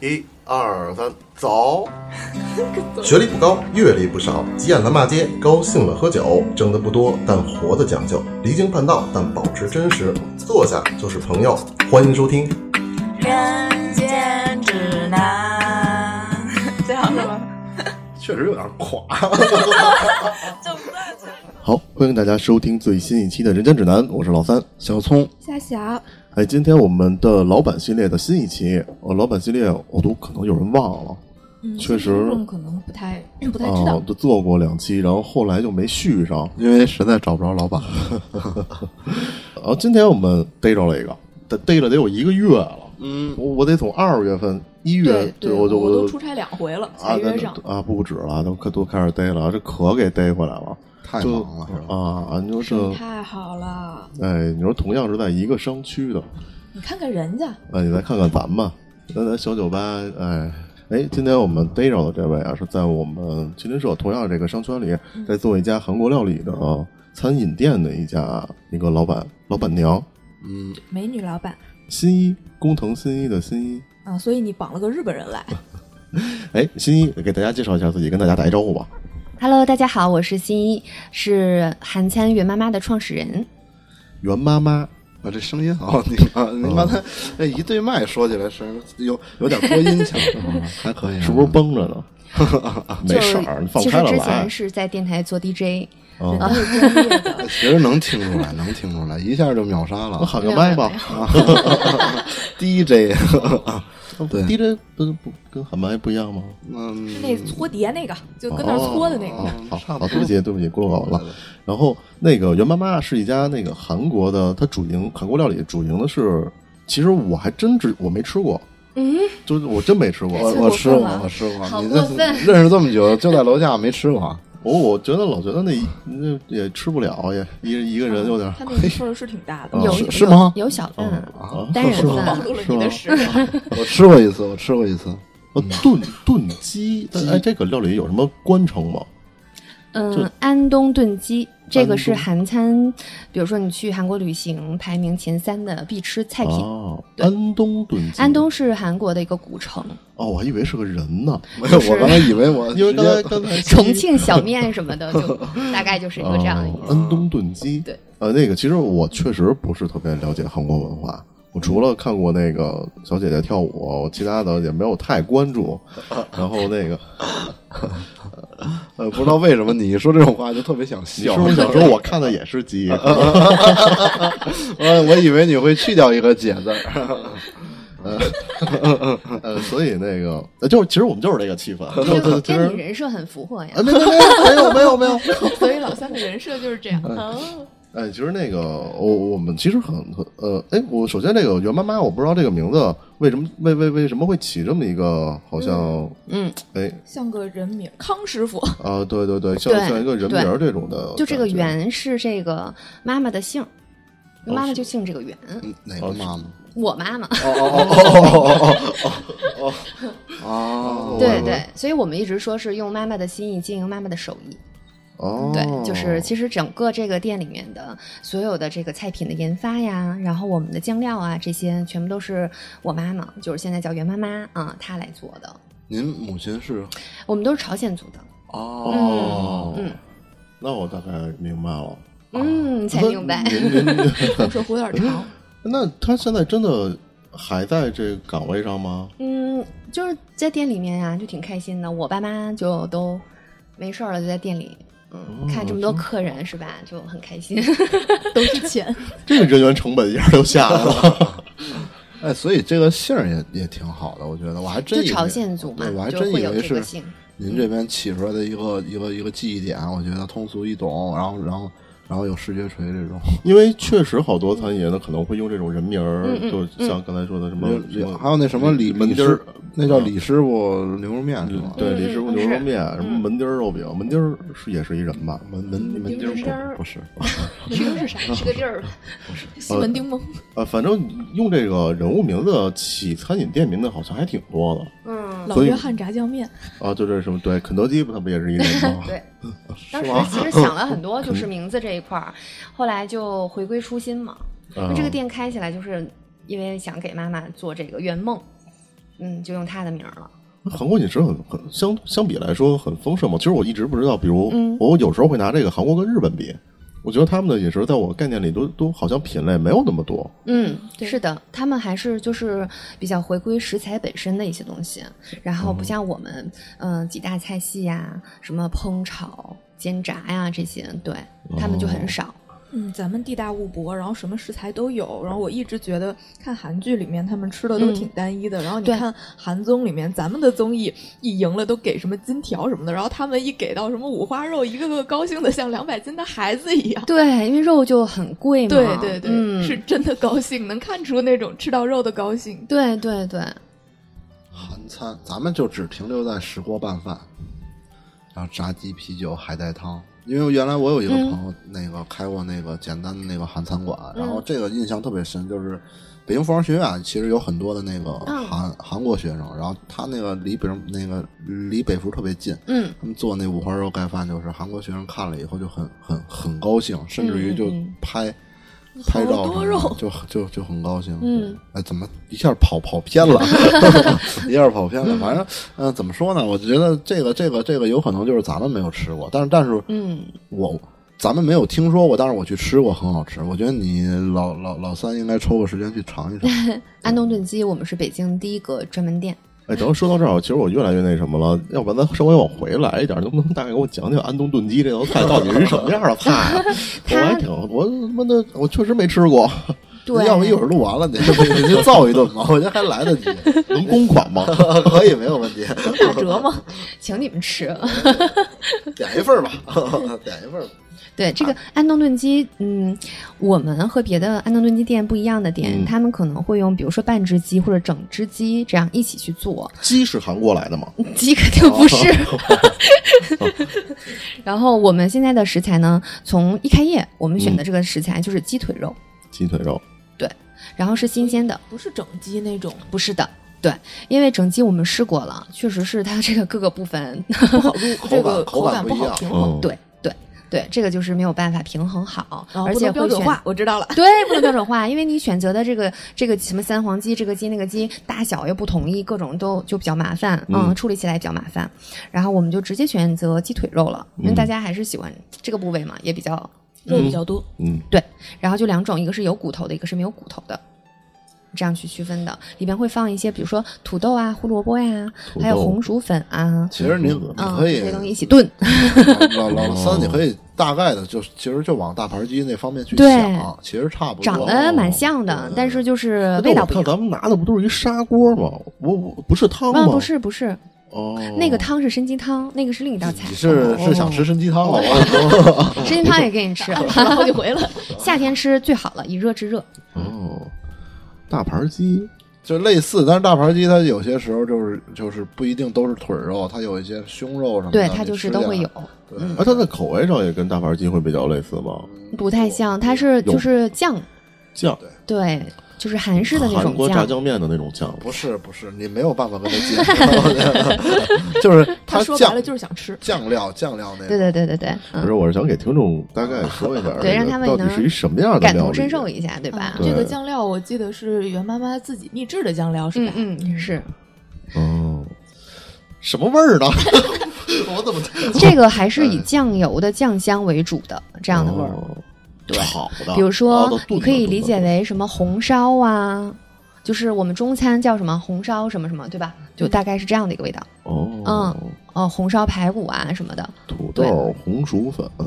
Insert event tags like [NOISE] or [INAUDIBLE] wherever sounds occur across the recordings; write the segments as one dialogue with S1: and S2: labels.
S1: 一二三，
S2: [LAUGHS]
S1: 走！
S3: 学历不高，阅历不少，急眼了骂街，高兴了喝酒，挣得不多，但活得讲究，离经叛道，但保持真实，坐下就是朋友。欢迎收
S2: [LAUGHS]
S3: 听，
S4: 人间指南，这样是吗？
S1: 确实有点垮。
S4: 就不断去
S3: 好，欢迎大家收听最新一期的《人间指南》，我是老三。
S5: 小葱，
S2: 夏小，
S3: 哎，今天我们的老版系列的新一期，呃，老版系列我都可能有人忘了，
S2: 嗯
S3: 确实
S2: 听众可能不太不太知
S3: 啊
S2: 道，，
S3: 都做过两期，然后后来就没续上。
S5: [LAUGHS] 因为实在找不着老板，
S3: [LAUGHS] 然后今天我们逮着了一个，逮逮了得有一个月了，
S5: 嗯，
S3: 我我得从二月份一月
S2: 对对，
S3: 我就
S2: 我
S3: 就
S2: 都出差两回了，
S3: 啊
S2: 才约上。
S3: 那啊，不止了，都可都开始逮了，这可给逮回来了，
S5: 太
S3: 就
S5: 忙了，是吧？
S3: 啊！你说
S2: 生意
S3: 这，
S2: 太好了，
S3: 哎，你说同样是在一个商区的，
S2: 你看看人家，
S3: 那呃你再看看咱们，那咱小酒吧，哎哎，今天我们逮着的这位啊，是在我们麒麟社同样这个商圈里，
S6: 嗯
S3: 在做一家韩国料理的啊餐饮店的一家一个老板老板娘
S5: 嗯，
S2: 美女老板
S3: 新一工藤新一的新一，
S2: 啊，所以你绑了个日本人来，
S3: 哎，新一给大家介绍一下自己，跟大家打一招呼吧。
S6: Hello，大家好，我是新一，是韩餐袁妈妈的创始人。
S3: 袁妈妈，
S5: 我啊这声音好，你看，你
S3: 哦
S5: 刚才那一对麦说起来是有有点播音
S3: [LAUGHS]
S5: 腔，
S3: 哦
S5: 还可以啊，
S3: 是不是绷着呢？ [LAUGHS] 没事儿，你
S6: 就
S3: 放
S6: 其
S3: 开了啊
S6: 实之
S3: 来
S6: 前。是在电台做 DJ，
S3: 哦
S2: 人家是专业
S3: [LAUGHS]
S2: 的，
S5: 其实能听出来，能听出来，一下就秒杀
S3: 我
S5: 了啊
S3: 喊个麦吧
S5: [LAUGHS] ，DJ，对
S3: ，DJ 嗯不不跟喊麦不一样吗？
S5: 嗯，
S2: 那搓碟那个，就跟那儿搓的那个，
S5: 哦
S3: 好
S5: 差
S3: 好
S5: 不多
S3: 好，对不起对不起，孤陋寡闻了。然后那个袁妈妈是一家那个韩国的，它主营韩国料理，主营的是，其实我还真只我没吃过，
S2: 嗯，
S3: 就是我真没吃过。
S5: 我
S2: 太
S5: 我
S2: 过
S5: 吃
S2: 分
S5: 过
S2: 了，
S5: 我吃过，
S6: 好
S5: 你
S6: 过分
S5: 这认识这么久，就在楼下没吃过，啊
S3: 我我觉得老觉得那那也吃不了，也一一个人有点
S2: 哦
S3: 哦
S2: 他那个份儿是挺大
S3: 啊
S2: 的，
S6: 有
S5: 是是吗
S6: 有小
S3: 嗯
S6: 份，
S5: 啊
S6: 单人
S2: 暴
S6: 份，
S2: 露了你的实力。
S5: 我吃过一次，我吃过一次，
S3: 呃炖炖鸡。但哎，这个料理有什么关城吗？
S6: 嗯，安东炖鸡，这个是
S3: 安东
S6: 韩餐，比如说你去韩国旅行排名前三的必吃菜品。
S3: 啊，安东炖鸡。
S6: 安东是韩国的一个古城，
S3: 哦，我还以为是个人呢，
S5: 没有，我刚才以为我
S3: 因为
S5: 直接
S3: 刚才刚 [LAUGHS] 才
S6: 重庆小面什
S3: [LAUGHS]
S6: 么的，就大概就是一个这样的意
S3: 哦
S6: 思。
S3: 安东炖鸡。
S6: 对，
S3: 呃，那个其实我确实不是特别了解韩国文化，我除了看过那个小姐姐跳舞，我其他的也没有太关注。然后那个，
S5: 呃，不知道为什么你一说这种话就特别想
S3: 你
S5: 笑
S3: 是。不是想说我看的也是鸡？
S5: 我我以为你会去掉一个“姐”字儿。
S3: 呃，所以那个，呃就是其实我们就是这个
S6: [LAUGHS]
S3: 气氛，就
S6: 这
S3: 是其
S6: 跟你
S3: 实。
S6: 人设很符合呀
S3: 啊，。没没没有没有没有没有，
S2: [LAUGHS] 所以老三的人设就是这样。哦
S3: 哎，其实那个我我们其实很很呃，哎，我首先这个袁妈妈，我不知道这个名字为什么为为为什么会起这么一个好像
S6: 嗯，
S3: 哎
S2: 像个人名，康师傅， [LAUGHS]
S3: 啊，对对对，像
S6: 对
S3: 像一个人名儿这种的感觉，
S6: 就这个袁是这个妈妈的
S3: 哦
S6: 姓，妈妈就姓这个袁。
S5: [LAUGHS] 哪个妈妈？
S6: 我妈妈，
S5: 哦，
S6: [LAUGHS] 对对，所以我们一直说是用妈妈的心意经营妈妈的手艺。
S3: 哦，
S6: 对，就是其实整个这个店里面的所有的这个菜品的研发呀，然后我们的酱料啊，这些全部都是我妈妈，就是现在叫袁妈妈啊、她来做的。
S5: 您母亲是
S6: 我们都是朝鲜族的，
S5: 哦，
S6: 嗯
S3: 那我大概明白了。哦
S6: 嗯，才明白。
S3: 您您您，
S2: 口舌胡有点
S3: [LAUGHS]
S2: 长。
S3: 那他现在真的还在这个岗位上吗？
S6: 嗯，就是在店里面呀、就挺开心的。我爸妈就都没事儿了，就在店里。嗯，看这么多客人是吧，就很开心。 [LAUGHS]
S2: 都是钱，
S3: 这个人员成本一下就下来
S5: [LAUGHS]
S3: 了。
S5: 哎，所以这个姓儿也也挺好的，我觉得我还真
S6: 就
S5: 以为
S6: 朝鲜族嘛
S5: 对我还
S6: 就
S5: 真
S6: 会
S5: 以
S6: 有
S5: 为
S6: 这个
S5: 是
S6: 姓
S5: 您这边起出来的一个一个一个记忆点，我觉得通俗易懂，然后然后然后有视觉锤这种，
S3: 因为确实好多餐饮呢可能会用这种人名儿，
S6: 嗯嗯
S3: 就像刚才说的什么
S5: 有
S3: 什
S5: 有
S3: 么
S5: 还有那什么嗯李
S3: 门
S5: 李
S3: 钉儿
S5: 师，那叫李师傅牛肉面是吗？
S3: 对
S6: 嗯
S3: 李师傅牛肉面，什么
S6: 嗯
S3: 门钉儿肉饼，门钉儿是也是一人吧？
S5: 门门门钉儿不是不是，
S2: [LAUGHS] 是啥？
S6: 是个地儿吧。
S2: 西门町吗？
S3: 呃，反正用这个人物名字起餐饮店名的好像还挺多的
S6: 嗯，
S2: 老
S3: 所以
S2: 约翰炸酱面，
S3: 啊，就这什么对，肯德基不它不也是一人吗？ [LAUGHS]
S6: 对。当时其实想了很多，就是名字这一块儿，后来就回归初心嘛。
S3: 啊
S6: 那这个店开起来，就是因为想给妈妈做这个圆梦，嗯，就用她的名儿了。
S3: 韩国饮食很很相相比来说很丰盛嘛。其实我一直不知道，比如、
S6: 嗯
S3: 我有时候会拿这个韩国跟日本比，我觉得他们的饮食在我概念里都都好像品类没有那么多。
S6: 嗯，
S2: 对
S6: 是的，他们还是就是比较回归食材本身的一些东西，然后不像我们，嗯、几大菜系呀、什么烹炒、煎炸呀、这些，对他们就很少。
S2: 嗯，咱们地大物博，然后什么食材都有。然后我一直觉得看韩剧里面他们吃的都
S6: 嗯
S2: 挺单一的，然后你
S6: 对
S2: 看韩综里面咱们的综艺一赢了都给什么金条什么的，然后他们一给到什么五花肉，一个个高兴的像两百斤的孩子一样。
S6: 对，因为肉就很贵嘛。
S2: 对对对，
S6: 嗯、
S2: 是。真的高兴，能看出那种吃到肉的高
S6: [LAUGHS]
S2: 兴。
S6: 对对对，
S5: 韩餐，咱们就只停留在石锅拌饭，然后炸鸡、啤酒、海带汤。因为原来我有一个
S6: 嗯
S5: 朋友，那个开过那个简单的那个韩餐馆，然后
S6: 嗯
S5: 这个印象特别深，就是北京服装学院其实有很多的那个韩、韩国学生，然后他那个离北那个离北服特别近，
S6: 嗯，
S5: 他们做那五花肉盖饭，就是韩国学生看了以后就很很很高兴，甚至于就
S6: 嗯嗯
S5: 拍、拍照
S2: 好
S5: 什
S2: 多
S5: 么
S2: 肉
S5: 的，就就就很高兴。
S6: 嗯，
S5: 哎，怎么一下跑跑偏
S6: [LAUGHS]
S5: 了？一下跑偏了。反正嗯、呃怎么说呢？我觉得这个这个这个有可能就是咱们没有吃过，但是但是
S6: 嗯，
S5: 我。咱们没有听说过，但是我去吃过，很好吃。我觉得你老老老三应该抽个时间去尝一尝。
S6: 安东炖鸡我们是北京第一个专门店。
S3: 哎，等会儿说到这儿，其实我越来越那什么了。要不然咱稍微往回来一点，能不能大概给我讲讲安东炖鸡这道菜到底是什么样的菜啊？我还挺，我他妈的，我确实没吃过，
S6: [LAUGHS]
S3: [LAUGHS]
S6: 对，
S5: 要不一会儿录完了，你就你就造一顿吧，我觉得还来得及， [LAUGHS]
S3: 能公款吗？
S5: 可以没有问题。
S2: 打折吗？
S6: 请你们吃。 [LAUGHS]
S5: 点一份儿吧，
S6: 嗯
S5: [LAUGHS] 点一份儿吧。
S6: 对这个安东炖鸡，嗯，我们和别的安东炖鸡店不一样的点，
S3: 嗯
S6: 他们可能会用比如说半只鸡或者整只鸡这样一起去做，
S3: 鸡是韩国来的吗？
S6: 鸡肯定不是。 [LAUGHS] 然后我们现在的食材呢，从一开业我们选的这个食材就是鸡腿肉，
S3: 鸡腿肉，
S6: 然后是新鲜的，
S2: 不是整鸡那种，
S6: 不是的。对，因为整鸡我们试过了，确实是它这个各个部分
S2: 不好入
S5: 口
S2: 这
S5: 感
S2: 个
S5: 口
S2: 口
S5: 感
S2: 感
S5: 不
S2: 不
S5: 一
S2: 好
S5: 样
S2: 平衡，
S3: 嗯，
S6: 哦对对对，这个就是没有办法平衡好，
S2: 然后
S6: 而
S2: 哦不
S6: 且
S2: 能标
S6: 会
S2: 准
S6: 选
S2: 化。我知道了，
S6: [LAUGHS] 对，不能标准化，因为你选择的这个这个什么三黄鸡、这个鸡那个鸡大小又不统一，各种都就比较麻烦，嗯，
S3: 嗯
S6: 处理起来比较麻烦。然后我们就直接选择鸡腿肉了，因为
S3: 嗯
S6: 大家还是喜欢这个部位嘛，也比较。
S2: 肉比较多。
S3: 嗯，
S6: 然后就两种，一个是有骨头的，一个是没有骨头的。这样去区分的，里面会放一些，比如说土豆啊、胡萝卜呀、
S3: 土
S6: 还有
S3: 豆
S6: 红薯粉啊，
S5: 其实你
S6: 嗯
S5: 你，可
S6: 这
S5: 以
S6: 些东西一起炖。
S5: 老老老三，你可以大概的就其实就往大盘鸡那方面去
S6: 对
S5: 想，其实差不多。
S6: 长得
S3: 哦
S6: 蛮像的，但是就是呃味道不一
S3: 那我看
S6: 样。
S3: 咱们拿的不都是一砂锅吗？我我不是汤吗？
S6: 嗯，不是不是，
S3: 哦，
S6: 那个汤是参鸡汤，那个是另一道菜。哦
S5: 你是是想吃参鸡汤吗？
S6: 参哦鸡汤也给你吃，
S2: 好几回了，
S6: [LAUGHS] 夏天吃最好了，以热制热。
S3: 哦，大盘鸡，
S5: 就类似，但是大盘鸡它有些时候就是就是不一定都是腿肉，它有一些胸肉什么的，
S6: 对，它
S5: 你
S6: 就是
S5: 吃
S6: 都
S5: 起来
S6: 会有，
S5: 对
S6: 嗯
S3: 哎，它的口味上也跟大盘鸡会比较类似吗？
S6: 不太像，它是
S3: 有
S6: 就是酱，
S3: 酱，
S6: 对，就是韩式的那
S3: 韩
S6: 种
S3: 国炸
S6: 酱。
S3: 酱面的那种酱，
S5: 不是不是，你没有办法跟它接， [LAUGHS] 就是
S2: 他
S5: 它
S2: 说白
S5: 酱
S2: 了就是想吃。
S5: 酱料酱料那
S6: 对对对对对，
S3: 不是，
S6: 嗯，
S3: 我是想给听众大概说一下，
S6: [LAUGHS] 对让他们也
S3: 到底
S6: 能
S3: 是一什么样的
S6: 感
S3: 料
S6: 同
S3: 理
S6: 身受一下，对
S2: 啊？
S6: 吧
S3: 对
S2: 这个酱料我记得是袁妈妈自己秘制的酱料，是
S6: 嗯
S2: 吧？
S6: 嗯，是
S3: 哦，
S5: 什么味儿呢？ [LAUGHS] 我怎么
S6: 这个还是以酱油的酱香为主的这样的味儿。
S3: 哦啊
S6: 对
S3: 炒的，
S6: 比如
S3: 熬到，
S6: 说你
S3: 炖的
S6: 可以理解
S3: 炖的
S6: 为什么红烧啊，就是我们中餐叫什么红烧什么什么，对吧？就大概是这样的一个味道。
S3: 哦，
S6: 哦，红烧排骨啊什么的，
S3: 土豆、红薯粉，嗯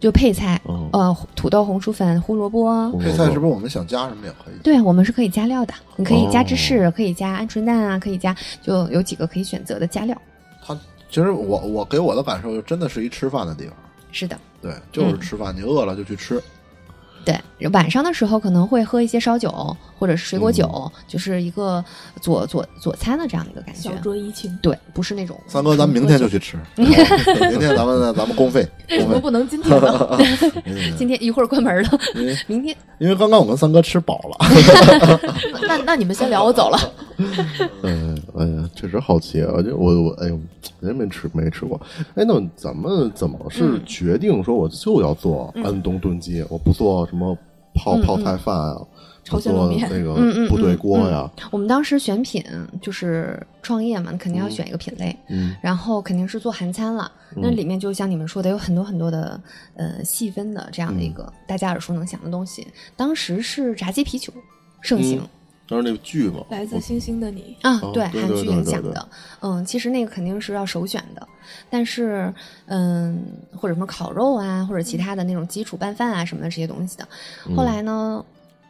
S6: 就配菜，
S3: 哦，
S6: 呃，土豆、红薯粉、胡萝卜。
S3: 胡
S5: 配
S3: 萝
S5: 菜
S3: 卜
S5: 是不是我们想加什么也可以？
S6: 对，我们是可以加料的，你可以加芝士，
S3: 哦
S6: 可以加鹌鹑蛋啊，可以加，就有几个可以选择的加料。
S5: 其实我我给我的感受，就真的是一吃饭的地方。
S6: 是的，
S5: 对，就是吃饭，你饿了就去吃。
S6: 对，晚上的时候可能会喝一些烧酒或者是水果酒，
S5: 嗯
S6: 就是一个佐佐佐餐的这样的一个感觉
S2: 小。酌怡
S6: [LAUGHS]
S2: 情，
S6: 对，不是那种
S5: 三哥，咱们明天就去吃， [LAUGHS] 明天咱们咱们公费，
S2: 为什
S5: 公
S2: 么
S5: 费。
S2: 不能今天呢？ [LAUGHS]
S6: 今天一会儿关门了，
S5: 嗯
S6: [LAUGHS] 明天
S5: 因为刚刚我跟三哥吃饱了，
S2: 那那你们先聊，我走了。
S3: 嗯，哎呀，确实好奇啊！这我我哎呦，真没吃没吃过。哎，那咱们怎么是决定说我就要做安东炖鸡，我不做什么泡
S6: 嗯
S3: 泡
S6: 嗯
S3: 菜饭啊，
S2: 朝鲜
S3: 做
S2: 冷面
S3: 那
S6: 嗯嗯
S3: 个
S6: 嗯
S3: 部队锅呀，
S6: 我们当时选品就是创业嘛，你肯定要选一个品类，
S3: 嗯
S6: 然后肯定是做韩餐了。那里面就像你们说的，有很多很多的呃细分的这样的一个、大家耳熟能详的东西。当时是炸鸡啤酒盛行。
S3: 当时那个剧嘛，
S2: [LAUGHS] 来自
S3: 我
S2: 星星的你，
S6: 啊
S3: 哦，
S6: 对，
S3: 对
S6: 韩
S3: 对
S6: 剧
S3: 对
S6: 影
S3: 对
S6: 响
S3: 对
S6: 的，嗯，其实那个肯定是要首选的，但是，嗯，或者什么烤肉啊，或者其他的那种基础拌饭啊什么的这些东西的。
S3: 嗯
S6: 后来呢，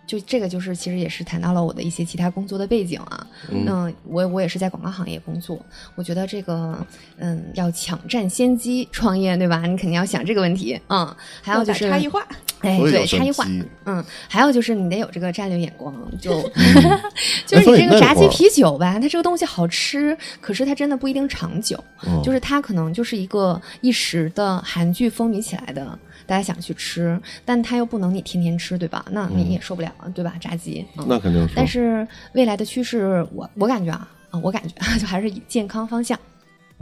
S6: 就这个就是其实也是谈到了我的一些其他工作的背景啊，
S3: 嗯
S6: 嗯，我我也是在广告行业工作，我觉得这个，嗯，要抢占先机创业，对吧？你肯定要想这个问题，嗯，还有
S2: 要
S6: 就
S2: 打
S6: 是
S2: 差异化，
S6: 哎，
S3: 所以
S6: 对，
S3: 叫
S6: 差异
S3: 神
S6: 化，
S3: 机。
S6: 嗯，还有就是你得有这个战略眼光，就 [LAUGHS] 就
S3: 哎
S6: 是
S3: 所
S6: 你
S3: 以
S6: 这个
S3: 那
S6: 炸
S3: 会
S6: 鸡
S3: 儿
S6: 啤酒吧，它这个东西好吃，可是它真的不一定长久，
S3: 嗯
S6: 就是它可能就是一个一时的韩剧风靡起来的，大家想去吃，但它又不能你天天吃，对吧？那你也受不了，对吧？炸鸡，嗯、
S3: 嗯那肯定是，
S6: 但是未来的趋势，我我感觉啊。啊，我感觉就还是以健康方向，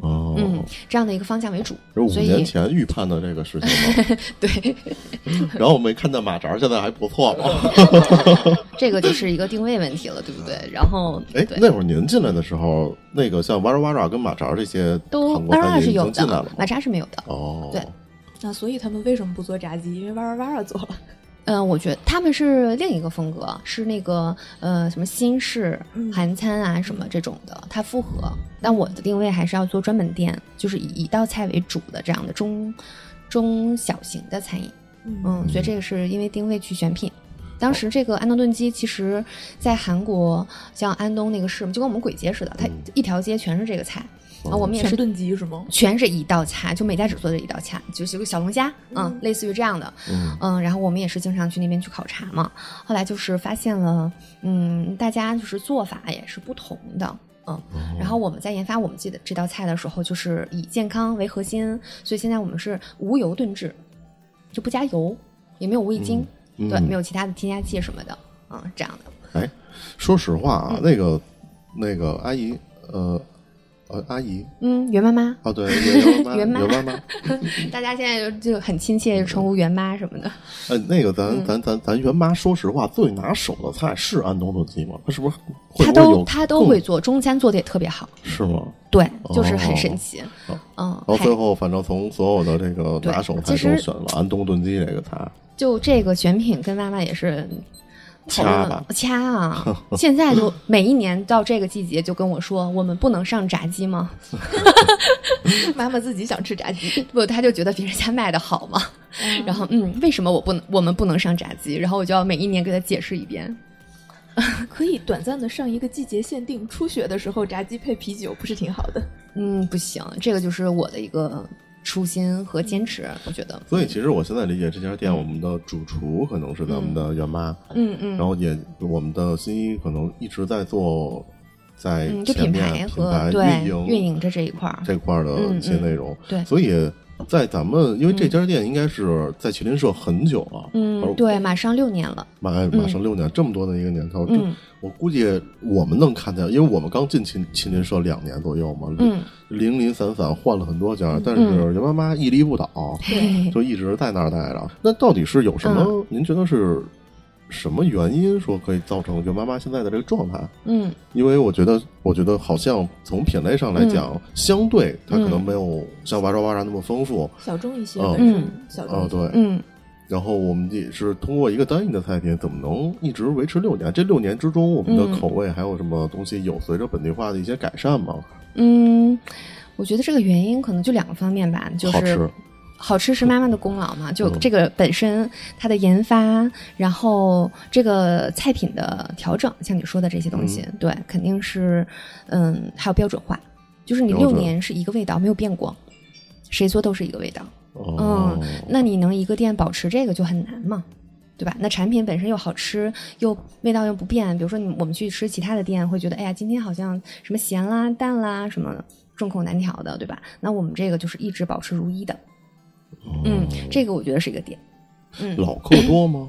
S3: 哦，
S6: 嗯，这样的一个方向为主
S3: 这是，五
S6: 所以
S3: 年前预判的这个事情 [LAUGHS] 嘛，
S6: 对， [LAUGHS]
S3: 然后我没看见马扎，现在还不错嘛。
S6: 这个就是一个定位问题了，对不对？然后，
S3: [LAUGHS] 哎
S6: 对，
S3: 那会儿您进来的时候，那个像哇啦哇啦跟马扎这些
S6: 都
S3: 韩国
S6: 哇啦哇
S3: 餐
S6: 啦
S3: 饮
S6: 是
S3: 已
S6: 有
S3: 经进来了
S6: 的
S3: 吗，
S6: 马扎是没有的。
S3: 哦，
S6: 对
S2: [LAUGHS] 那所以他们为什么不做炸鸡？因为哇哇哇哇做了，
S6: 嗯、我觉得他们是另一个风格，是那个呃什么新式
S2: 嗯
S6: 韩餐啊什么这种的，它复合。但我的定位还是要做专门店，就是以一道菜为主的这样的中中小型的餐饮。
S2: 嗯，
S6: 嗯，所以这个是因为定位去选品。当时这个安东炖鸡，其实在韩国像安东那个市，就跟我们簋街似的，它一条街全是这个菜。啊，我们也
S2: 全
S6: 是
S2: 炖鸡是
S6: [LAUGHS]
S2: 吗？
S6: 全是一道菜，就每家只做这一道菜，就是有个小龙虾，嗯，
S2: 嗯
S6: 类似于这样的，嗯然后我们也是经常去那边去考察嘛，后来就是发现了，嗯，大家就是做法也是不同的。嗯，然后我们在研发我们自己的这道菜的时候，就是以健康为核心，所以现在我们是无油炖制，就不加油，也没有无味精，
S3: 嗯
S6: 对，
S3: 嗯
S6: 没有其他的添加剂什么的，嗯，这样的。
S3: 哎，说实话
S6: 嗯
S3: 啊，那个那个阿姨，呃呃，阿姨
S6: 嗯，袁妈妈， [LAUGHS]
S3: 啊，对，袁妈
S6: 袁妈
S3: 袁妈妈，
S6: 大家现在就就很亲切，称呼袁妈什么的。
S3: 哎，那个
S6: 嗯
S3: 咱咱咱咱袁妈，说实话，最拿手的菜是安东炖鸡吗？她是不是会
S6: 他
S3: 不会有
S6: 都他都会
S3: 更
S6: 做，中餐做的也特别好，
S3: 是吗？
S6: 对，就是很
S3: 哦
S6: 神奇。嗯，
S3: 然后
S6: 还
S3: 最后，反正从所有的这个拿手菜
S6: 对其
S3: 中
S6: 实
S3: 选了安东炖鸡这个菜，
S6: 就这个选品跟妈妈也是讨论
S3: 掐
S6: 了
S3: 吧 [LAUGHS]
S6: 掐啊！现在就每一年到这个季节就跟我说，我们不能上炸鸡吗？
S2: 妈妈自己想吃炸鸡，
S6: [LAUGHS] 不，他就觉得别人家卖的好嘛。然后嗯，为什么我不能我们不能上炸鸡？然后我就要每一年给他解释一遍。
S2: 可以短暂的上一个季节限定，初雪的时候炸鸡配啤酒不是挺好的？
S6: 嗯，不行，这个就是我的一个初心和坚持，我觉得。
S3: 所以其实我现在理解这家店，我们的主厨可能是咱们的袁妈，
S6: 嗯嗯
S3: 然后也我们的新一可能一直在做在
S6: 嗯，就
S3: 前
S6: 品
S3: 面
S6: 牌
S3: 品
S6: 和
S3: 牌
S6: 对
S3: 运营
S6: 运营的这一块儿，
S3: 这块儿的一些内容。
S6: 啊嗯嗯对
S3: 所以在咱们因为这家店应该是在麒麟社很久了，而
S6: 嗯，对，马上六年了。
S3: 马马上六年、这么多的一个年头，
S6: 嗯
S3: 这我估计我们能看见，因为我们刚进麒麒麟社两年左右嘛，
S6: 嗯
S3: 零零散散换了很多家，但是袁妈妈屹立不倒，
S6: 对
S3: 就一直在那儿待着。那到底是有什么？
S6: 嗯
S3: 您觉得是什么原因说可以造成袁妈妈现在的这个状态？
S6: [LAUGHS] 嗯
S3: 因为我觉得，我觉得好像从品类上来讲，
S6: 嗯
S3: 相对它可能没有像哇抓哇抓那么丰富。
S2: 小众一些，
S3: 嗯
S2: 本身小众
S3: 哦，
S2: 一些。
S3: 对，
S6: 嗯，
S3: 然后我们也是通过一个单一的菜品，怎么能一直维持六年？这六年之中，我们
S6: 嗯
S3: 的口味还有什么东西有随着本地化的一些改善吗？
S6: 嗯，我觉得这个原因可能就两个方面吧，就
S3: 好
S6: 是
S3: 吃嗯
S6: 好吃是妈妈的功劳嘛，就这个本身它的研发，然后这个菜品的调整，像你说的这些东西，
S3: 嗯
S6: 对，肯定是嗯，还有标准化，就是你
S3: 标
S6: 六
S3: 准
S6: 年是一个味道，没有变过，谁做都是一个味道。
S3: 哦
S6: 嗯，，那你能一个店保持这个就很难嘛，对吧？那产品本身又好吃，又味道又不变。比如说你我们去吃其他的店，会觉得哎呀，今天好像什么咸啦、淡啦什么的众口难调的，对吧？那我们这个就是一直保持如一的。嗯，这个我觉得是一个点，嗯
S3: 老客多
S6: [COUGHS]
S3: 吗？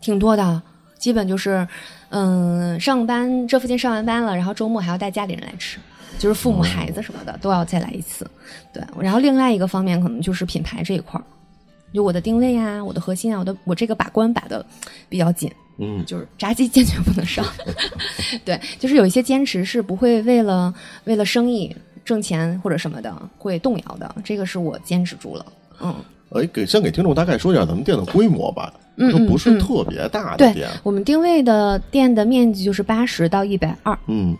S6: 挺多的。基本就是，嗯，上班这附近上完班了，然后周末还要带家里人来吃，就是父母、孩子什么的都要再来一次。对，然后另外一个方面可能就是品牌这一块儿，就我的定位啊，我的核心啊，我的我这个把关把的比较紧，
S3: 嗯，
S6: 就是炸鸡坚决不能少。 [LAUGHS] 对，就是有一些坚持是不会为了为了生意挣钱或者什么的会动摇的，这个是我坚持住了。嗯，
S3: 哎，给先给听众大概说一下咱们店的规模吧，
S6: 嗯
S3: 就不是
S6: 嗯嗯
S3: 特别大的
S6: 对
S3: 店，
S6: 我们定位的店的面积就是八十到一百二，
S3: 嗯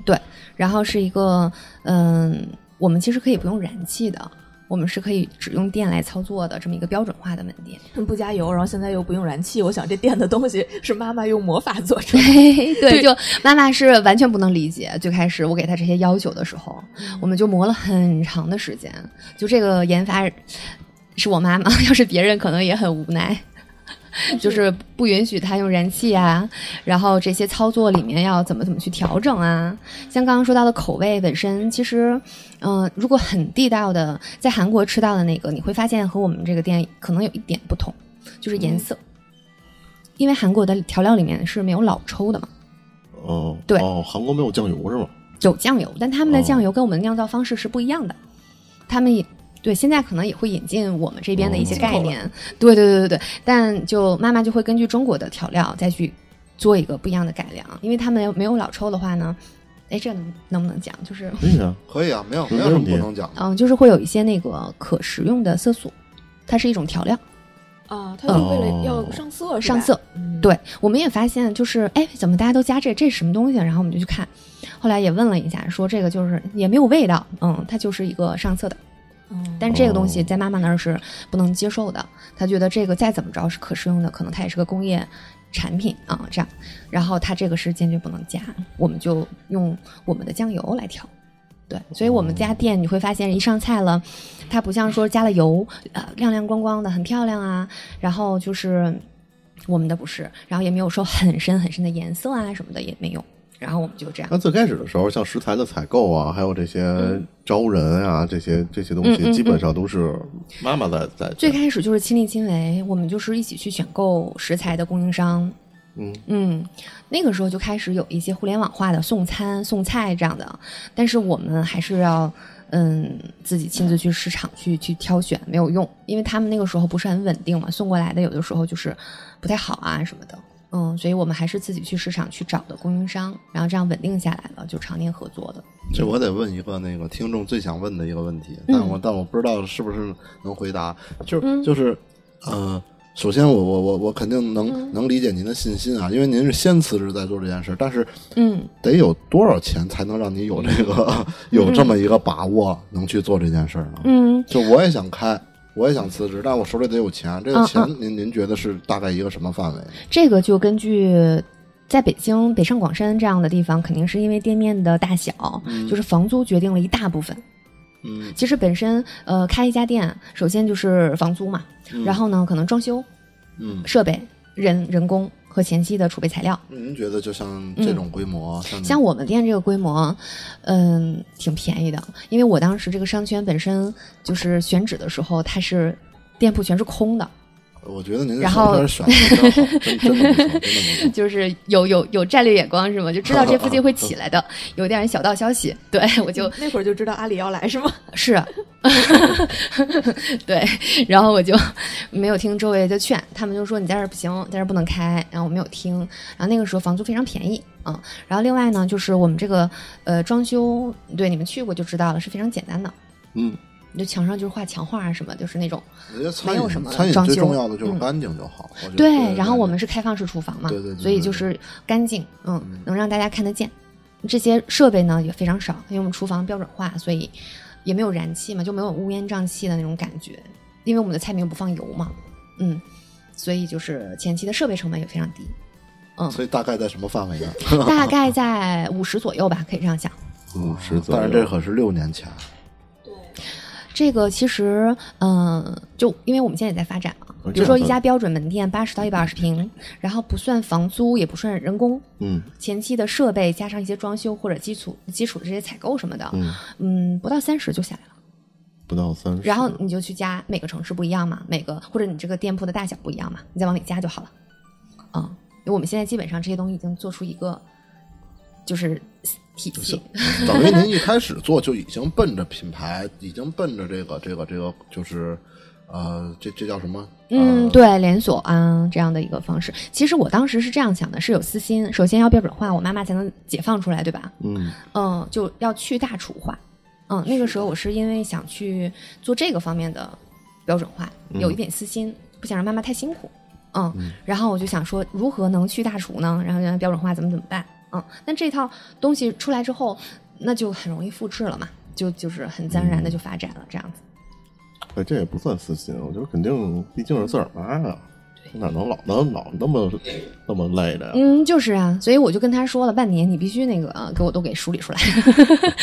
S6: 然后是一个，嗯，我们其实可以不用燃气的，我们是可以只用电来操作的这么一个标准化的门店。
S2: 嗯不加油，然后现在又不用燃气，我想这店的东西是妈妈用魔法做出来的。
S6: 对，
S2: 对
S6: 就妈妈是完全不能理解。最开始我给她这些要求的时候，我们就磨了很长的时间。就这个研发是我妈妈， [LAUGHS] 要是别人可能也很无奈。就是不允许她用燃气啊，然后这些操作里面要怎么怎么去调整啊？像刚刚说到的口味本身，其实，嗯、如果很地道的，在韩国吃到的那个，你会发现和我们这个店可能有一点不同，就是颜色。因为韩国的调料里面是没有老抽的嘛，
S3: 哦，
S6: 对
S3: 哦，韩国没有酱油是吗？
S6: 有酱油，但他们的
S3: 哦
S6: 酱油跟我们的酿造方式是不一样的。他们也对，现在可能也会引进我们这边的一些
S3: 哦
S6: 概念。对对对对对，但就妈妈就会根据中国的调料再去做一个不一样的改良，因为他们没有老抽的话呢，哎，这能能不能讲？就是
S3: 可以啊，
S5: 可以啊，没有
S3: 没
S5: 没有什么
S3: 问题
S5: 不能讲的。
S6: 嗯，就是会有一些那个可食用的色素，它是一种调料
S2: 啊，他就为了要上色是吧，
S6: 上色。
S2: 嗯，
S6: 对，我们也发现就是，哎，怎么大家都加这？这是什么东西啊？然后我们就去看，后来也问了一下，说这个就是也没有味道，嗯，它就是一个上色的。
S2: 嗯，
S6: 但这个东西
S3: 哦
S6: 在妈妈那儿是不能接受的，她觉得这个再怎么着是可食用的，可能它也是个工业产品啊、这样。然后她这个是坚决不能加，我们就用我们的酱油来调。对，所以我们家店你会发现，一上菜了，它不像说加了油，呃，亮亮光光的，很漂亮啊。然后就是我们的不是，然后也没有说很深很深的颜色啊什么的也没有。然后我们就这样
S3: 那，最开始的时候，像食材的采购啊，还有这些招人啊，这些这些东
S6: 嗯嗯嗯
S3: 西，
S6: 嗯
S3: 基本上都是妈妈在在
S6: 最开始就是亲力亲为，我们就是一起去选购食材的供应商。
S3: 嗯
S6: 嗯，那个时候就开始有一些互联网化的送餐、送菜这样的，但是我们还是要嗯自己亲自去市场去去挑选，没有用，因为他们那个时候不是很稳定嘛，送过来的有的时候就是不太好啊什么的。嗯，所以我们还是自己去市场去找的供应商，然后这样稳定下来了，就常年合作的。
S5: 这我得问一个那个听众最想问的一个问题，但我但我不知道是不是能回答，就
S6: 嗯
S5: 就是呃，首先我我我我肯定
S6: 嗯
S5: 能能理解您的信心啊，因为您是先辞职再做这件事，但是
S6: 嗯，
S5: 得有多少钱才能让你有这个 [LAUGHS] 有这么一个把握能去做这件事呢？
S6: 嗯，
S5: 就我也想开。我也想辞职，但我手里得有钱。这个
S6: 嗯
S5: 钱
S6: 嗯
S5: 您，您觉得是大概一个什么范围？
S6: 这个就根据在北京北上广深这样的地方，肯定是因为店面的大小，就是房租决定了一大部分。
S5: 嗯，
S6: 其实本身呃开一家店，首先就是房租嘛，然后呢可能装修、
S5: 嗯，
S6: 设备、人人工和前期的储备材料。
S5: [LAUGHS] 您觉得就像这种规模，像您
S6: 嗯像我们店这个规模，嗯，挺便宜的，因为我当时这个商圈本身就是选址的时候，它是店铺全是空的，
S5: 我觉得您这
S6: 然后
S5: 小片儿选的真好，真真的不错，真的不错。
S6: 就是有有有战略眼光是吗？就知道这附近会起来的，有点小道消息，对我就
S2: 那会儿就知道阿里要来是 [LAUGHS] 吗？
S6: 是，啊 [LAUGHS] 对，然后我就没有听周围的劝，他们就说你在这儿不行，在这儿不能开，然后我没有听，然后那个时候房租非常便宜，嗯，然后另外呢，就是我们这个呃装修，对你们去过就知道了，是非常简单的，
S3: 嗯，
S6: 你就墙上就是画墙画啊什么，就是那种
S5: 我觉得餐
S6: 没有
S5: 饮
S6: 什么
S5: 餐饮
S6: 装
S5: 最
S6: 修
S5: 重要的就是
S6: 嗯
S5: 干净就好。我觉得
S6: 对，然后我们是开放式厨房嘛，
S5: 对对对对
S6: 所以就是干净，嗯，能让大家看得见。这些设备呢也非常少，因为我们厨房标准化，所以也没有燃气嘛，就没有乌烟瘴气的那种感觉。因为我们的菜名不放油嘛，嗯，所以就是前期的设备成本也非常低，
S5: 所以大概在什么范围呢？
S6: 大概在五十左右吧，可以这样想。
S3: 五嗯十左右，
S5: [LAUGHS] 但是这可是六年前，
S6: 这个其实，嗯、就因为我们现在也在发展嘛
S3: 哦，
S6: 比如说
S3: 这样的
S6: 一家标准门店八十到一百二十平，然后不算房租，也不算人工，
S3: 嗯
S6: 前期的设备加上一些装修或者基础基础的这些采购什么的，
S3: 嗯，
S6: 嗯，不到三十就下来了。
S3: 不到三十，
S6: 然后你就去加，每个城市不一样嘛，每个或者你这个店铺的大小不一样嘛，你再往里加就好了。嗯，因为我们现在基本上这些东西已经做出一个就是体系，
S5: 等于您一开始做就已经奔着品牌，已经奔着这个这个这个就是。呃，这这叫什么？
S6: 嗯，
S5: 呃，
S6: 对，连锁啊这样的一个方式。其实我当时是这样想的，是有私心，首先要标准化，我妈妈才能解放出来，对吧？
S3: 嗯，
S6: 嗯，就要去大厨化。嗯，那个时候我是因为想去做这个方面的标准化，有一点私心，不想让妈妈太辛苦。嗯，然后我就想说，如何能去大厨呢？然后让标准化怎么怎么办？嗯，那这套东西出来之后，那就很容易复制了嘛，就就是很自然而然的就发展了，这样子。
S3: 哎，这也不算私心，我觉得肯定，毕竟是自个儿妈呀，哪能老能老那么那么累着哎呀？
S6: 嗯，就是啊，所以我就跟他说了，半年你必须那个呃给我都给梳理出来。 [LAUGHS]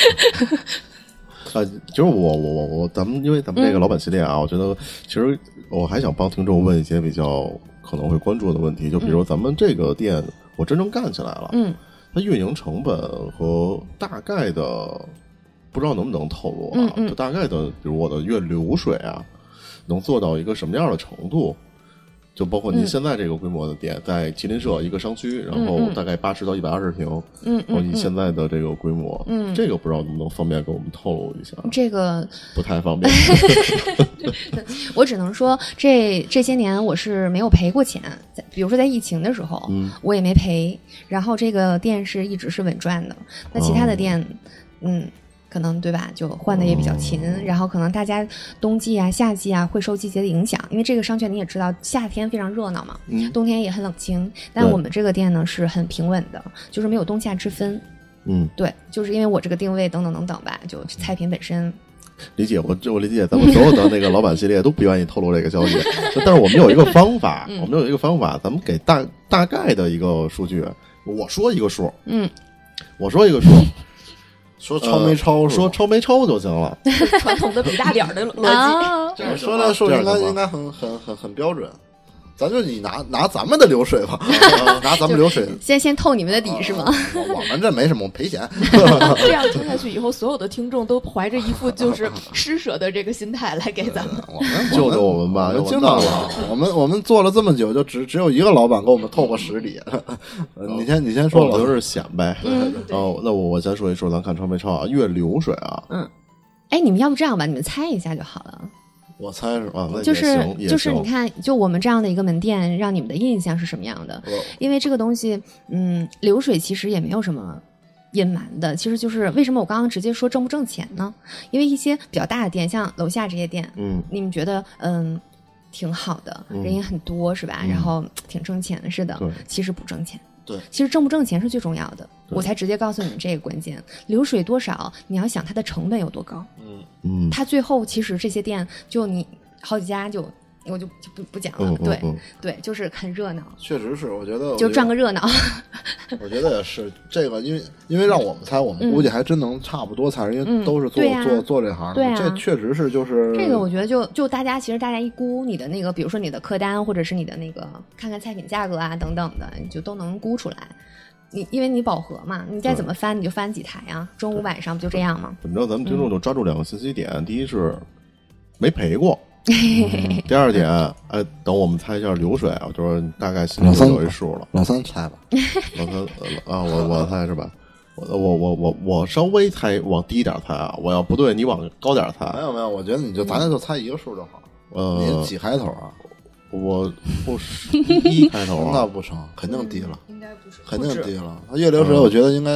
S3: 啊，就是我我我我，咱们因为咱们
S6: 嗯
S3: 这个老板系列啊，我觉得其实我还想帮听众问一些比较可能会关注的问题，就比如咱们这个店，我真正干起来了，
S6: 嗯
S3: 它运营成本和大概的，不知道能不能透露啊？
S6: 嗯嗯
S3: 就大概的，比如我的月流水啊，能做到一个什么样的程度？就包括您
S6: 嗯
S3: 现在这个规模的店，在吉林社一个商区，然
S6: 嗯
S3: 后
S6: 嗯
S3: 大概八十到一百二十平，
S6: 嗯
S3: 然后
S6: 嗯
S3: 你现在的这个规模，
S6: 嗯
S3: 这个不知道能不能方便给我们透露一下？
S6: 嗯，这个
S3: 不太方
S6: [LAUGHS]
S3: 便。
S6: 我只能说这这些年我是没有赔过钱，在比如说在疫情的时候，
S3: 嗯
S6: 我也没赔，然后这个店是一直是稳赚的。那其他
S3: 哦
S6: 的店，嗯。可能对吧？就换的也比较勤，
S3: 哦
S6: 然后可能大家冬季啊、夏季啊会受季节的影响，因为这个商圈你也知道，夏天非常热闹嘛，
S3: 嗯
S6: 冬天也很冷清。但
S3: 对
S6: 我们这个店呢是很平稳的，就是没有冬夏之分。
S3: 嗯，
S6: 对，就是因为我这个定位等等等等吧，就菜品本身
S3: 理解，我这我理解，咱们所有的那个老板系列都不愿意透露这个消
S6: [LAUGHS]
S3: 息，但是我们有一个方法，
S6: 嗯
S3: 我们有一个方法，咱们给大大概的一个数据，我说一个数，
S6: 嗯，
S3: 我说一个数，呃
S5: 说超没超是吧，
S3: 说超没超就行了。
S2: 传统的比大点儿的逻辑。
S6: 啊，
S5: 我说那数
S3: 这
S5: 应
S3: 样
S5: 该
S3: 行吗
S5: 应该很很很很标准，咱就以拿拿咱们的
S6: [LAUGHS]
S5: 流水吧，拿咱们流水，
S6: 先先透你们的底是吗？
S5: 我我们这没什么，我们赔钱。
S2: 啊这样听下去，以后所有的听众都怀着一副就是施舍的这个心态来给咱们。
S5: 我们
S3: 救救我们吧
S5: 我
S3: 要
S5: 们
S3: 完
S5: 经
S3: 蛋
S5: 常
S3: 了
S5: 我们我们做了这么久，就只只有一个老板给我们透过实底。呃 [LAUGHS] 你先你先说
S3: 我
S5: 吧，
S3: 哦就是显呗。
S6: 嗯
S3: 哦，那我我先说一说，咱看超没超啊，月流水啊，
S6: 哎，你们要不这样吧，你们猜一下就好了。
S5: 我猜是吧？
S3: 啊，那也
S6: 就是
S3: 行，也
S6: 就是，你
S3: 行。
S6: 看，就我们这样的一个门店，让你们的印象是什么样的？
S3: 哦
S6: 因为这个东西，嗯，流水其实也没有什么隐瞒的。其实就是为什么我刚刚直接说挣不挣钱呢？因为一些比较大的店，像楼下这些店，
S3: 嗯，
S6: 你们觉得嗯挺好的，人也很多是吧？然后挺挣钱是的
S3: 嗯对，
S6: 其实不挣钱。
S5: 对，
S6: 其实挣不挣钱是最重要的，我才直接告诉你们这个关键。流水多少，你要想它的成本有多高。
S3: 嗯，
S6: 它最后其实这些店就你好几家就我就就不不讲了，
S3: 嗯嗯
S6: 对、
S3: 嗯
S6: 对，就是很热闹，
S5: 确实是，我觉得
S6: 就赚个，热闹。
S5: 我觉得也是这个，因为因为让我们猜，我们估计还真能差不多猜，因
S6: 嗯
S5: 为都是做
S6: 对呀
S5: 做做这行
S6: 对呀
S5: 的，这确实是就是
S6: 这个我觉得就就大家其实大家一估你的那个，比如说你的客单或者是你的那个看看菜品价格啊等等的，你就都能估出来。你因为你饱和嘛，你再怎么翻你就翻几台啊，中午晚上不就这样吗？
S3: 怎么着？咱们听众就抓住两个信息点，第一是没赔过。
S6: [LAUGHS]
S3: 嗯第二点，哎，等我们猜一下流水啊，就是大概心里就有一数了。
S5: 老三猜吧，
S3: 我猜呃啊，我我猜是吧？我我我我我稍微猜往低点儿猜啊，我要不对你往高点儿猜。
S5: 没有没有，我觉得你就咱就猜一个数就好。你
S3: 呃，
S5: 几开头啊？
S3: 我不是一开头
S5: 那 [LAUGHS]
S3: 啊，
S5: 不成，肯定低了，
S2: 应该嗯不是，
S5: 肯定低了。他月流
S3: 嗯
S5: 水，我觉得应该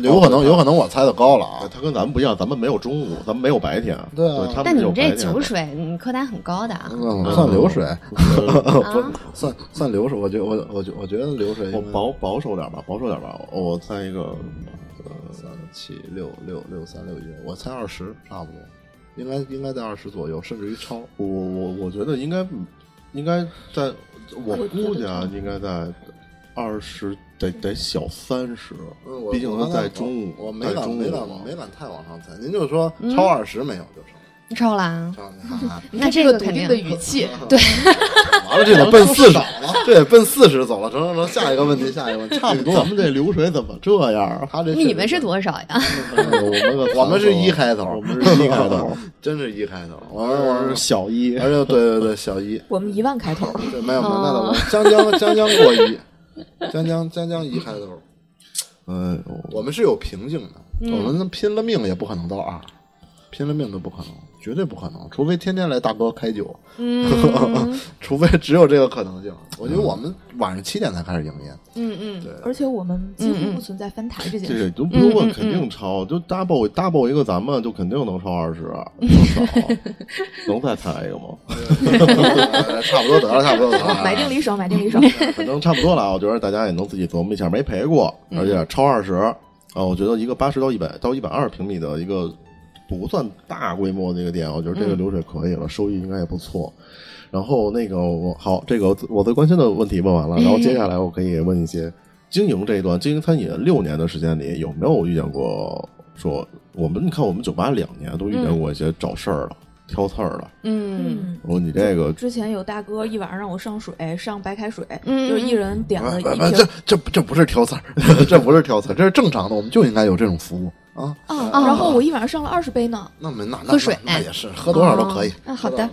S5: 有
S3: 哦
S5: 可能，有可能我猜的高了啊。
S3: 哎他跟咱们不一样，咱们没有中午，咱们没有白天。
S5: 对啊
S3: 他
S6: 但
S3: 们
S6: 你
S3: 有
S6: 们
S3: 白
S6: 这
S3: 天的。
S6: 酒水，你客单很高的啊。
S5: 嗯，算流水，
S6: 啊
S5: [LAUGHS] 不算算流水。我觉得我我觉我觉得流水
S3: 我
S5: 应该
S3: 哦保保守点儿吧，保守点儿吧，我我猜一个，呃
S5: 三七六六六三六一，我猜二十差不多，应该应该在二十左右，甚至于超。
S3: 我我我觉得应该应该在，我估计啊，应该在二十，得得小三十
S5: 嗯，我
S3: 毕竟
S5: 我
S3: 是
S5: 刚才
S3: 在中午，
S5: 我没
S3: 在
S5: 敢
S3: 中
S5: 没
S3: 午
S5: 敢
S3: 嘛
S5: 没敢太往上猜。您就说
S2: 嗯
S5: 超二十没有就成，
S6: 超啦，
S5: 超
S3: [LAUGHS]
S5: 你看看
S6: 那这
S2: 这
S6: 个
S2: 笃
S6: 肯
S2: 定
S6: 定
S2: 的语气，
S5: 完了这得奔四十了，这得奔四十走了。成成成，下一个问题，下一个问题，差不多。
S3: 咱们这流水怎么这样啊？
S5: 他这
S6: 你们是多少呀？ [LAUGHS]
S3: 我们
S5: 我们是一开头，
S3: 我们是一开头，，
S5: [LAUGHS] 真是一开头。我是
S3: 我
S5: 我
S3: 是
S5: 是，
S3: 小一，
S5: 而且对对对，小一，
S2: 我们一万开头，
S5: 对没有没有，那
S6: 哦
S5: 倒没有，将将将将过一，将将将将一开头。
S3: 嗯，
S6: 嗯
S5: 我们是有瓶颈的，我们拼了命也不可能到二。拼了命都不可能，绝对不可能，除非天天来大哥开酒，
S6: 嗯
S5: [LAUGHS] 除非只有这个可能性。我觉得我们晚上七点才开始营
S6: [LAUGHS]
S5: 业，
S6: 嗯嗯，
S2: [LAUGHS] 而且我们几乎不存在翻台这件
S3: 这
S5: 嗯
S2: 事。
S3: 都不用问，肯定超，就 double double 一个咱们就肯定能超二十，啊
S5: [LAUGHS]
S3: 多少能再开一个吗？
S5: 呃差不多得了，差不多得了。啊
S2: 买定离手，买定 [LAUGHS] 离手。
S3: 反正差不多了啊，我觉得大家也能自己琢磨一下，没赔过，而且超二十啊，我觉得一个八十到一百到一百二平米的一个不算大规模的一个店，我觉得这个流水可以了，收益应该也不错。然后那个我好，这个我最关心的问题问完了，然后接下来我可以问一些经营这一段，经营餐饮六年的时间里，有没有遇见过说我们你看我们酒吧两年都遇见过一些找事儿的、挑刺儿的，
S6: 嗯
S3: 我说你这个
S2: 之前有大哥一晚上让我上水，上白开水，
S6: 嗯
S2: 就是一人点了一
S5: 不不
S2: 瓶
S5: 呃嗯这这这不是挑刺儿， [LAUGHS] 这不是挑刺儿，这是正常的，我们就应该有这种服务啊。
S2: 啊，然后我一晚上上了二十杯呢。
S5: 那没那那
S6: 喝水哎
S5: 那那也是喝多少都可以。
S6: 啊好的，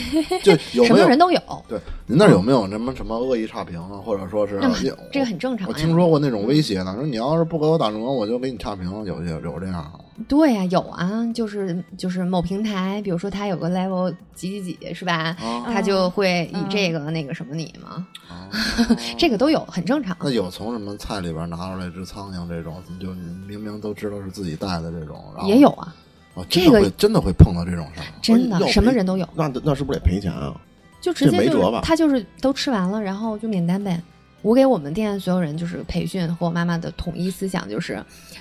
S6: [LAUGHS]
S5: 就有
S6: 什
S5: 没
S6: 么
S5: 有
S6: 人都有，嗯
S5: 对，您那儿有没有什么什么恶意差评啊，或者说是
S6: 那么
S5: 有
S6: 这个很正常呀
S5: 我听说过那种威胁的，说你要是不给我打折，我就给你差评，有有有这样的。
S6: 对呀、有啊，就是就是某平台，比如说它有个 level 几几几是吧？
S5: 啊
S6: 它就会以这个那个什么你嘛，
S5: 啊
S6: [LAUGHS] 这个都有，很正常。
S5: 那有从什么菜里边拿出来只苍蝇这种，就你明明都知道是自己带的这种，然后
S6: 也有啊，
S5: 哦，真的
S6: 这个
S5: 会真的会碰到这种事儿。
S6: 真
S3: 要
S6: 的
S3: 赔
S6: 什么人都有，
S3: 那那是不是得赔钱啊？
S6: 就直接
S3: 这没
S6: 就
S3: 辙
S6: 是
S3: 吧
S6: 他就是都吃完了，然后就免单呗。我给我们店所有人就是培训和我妈妈的统一思想就是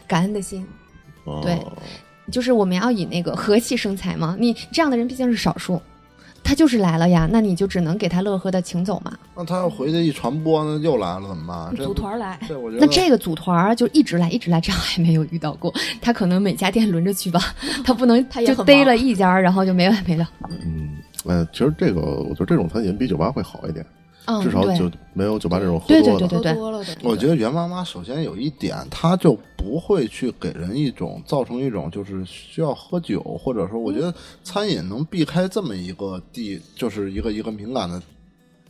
S6: 感恩的心，
S3: 哦
S6: 对就是我们要以那个和气生财嘛。你这样的人毕竟是少数，他就是来了呀，那你就只能给他乐呵的请走嘛。
S5: 那他要回去一传播，那又来了怎么办？啊这
S2: 组团来
S5: 这我觉得
S3: 嗯
S6: 那这个组团儿就一直来，一直来，这样还没有遇到过。他可能每家店轮着去吧，他不能
S2: 他也
S6: 就
S2: 很忙
S6: 逮了一家儿，然后就没完没了。
S3: 嗯，哎，其实这个我觉得这种餐饮比酒吧会好一点，
S6: 嗯，
S3: 至少
S6: 对
S3: 就没有酒吧这种喝
S6: 对
S3: 多的。
S6: 对对
S2: 喝多了的。
S5: 我觉得袁妈妈首先有一点，她就不会去给人一种造成一种就是需要喝酒，或者说我
S6: 嗯
S5: 觉得餐饮能避开这么一个地，就是一个一个敏感的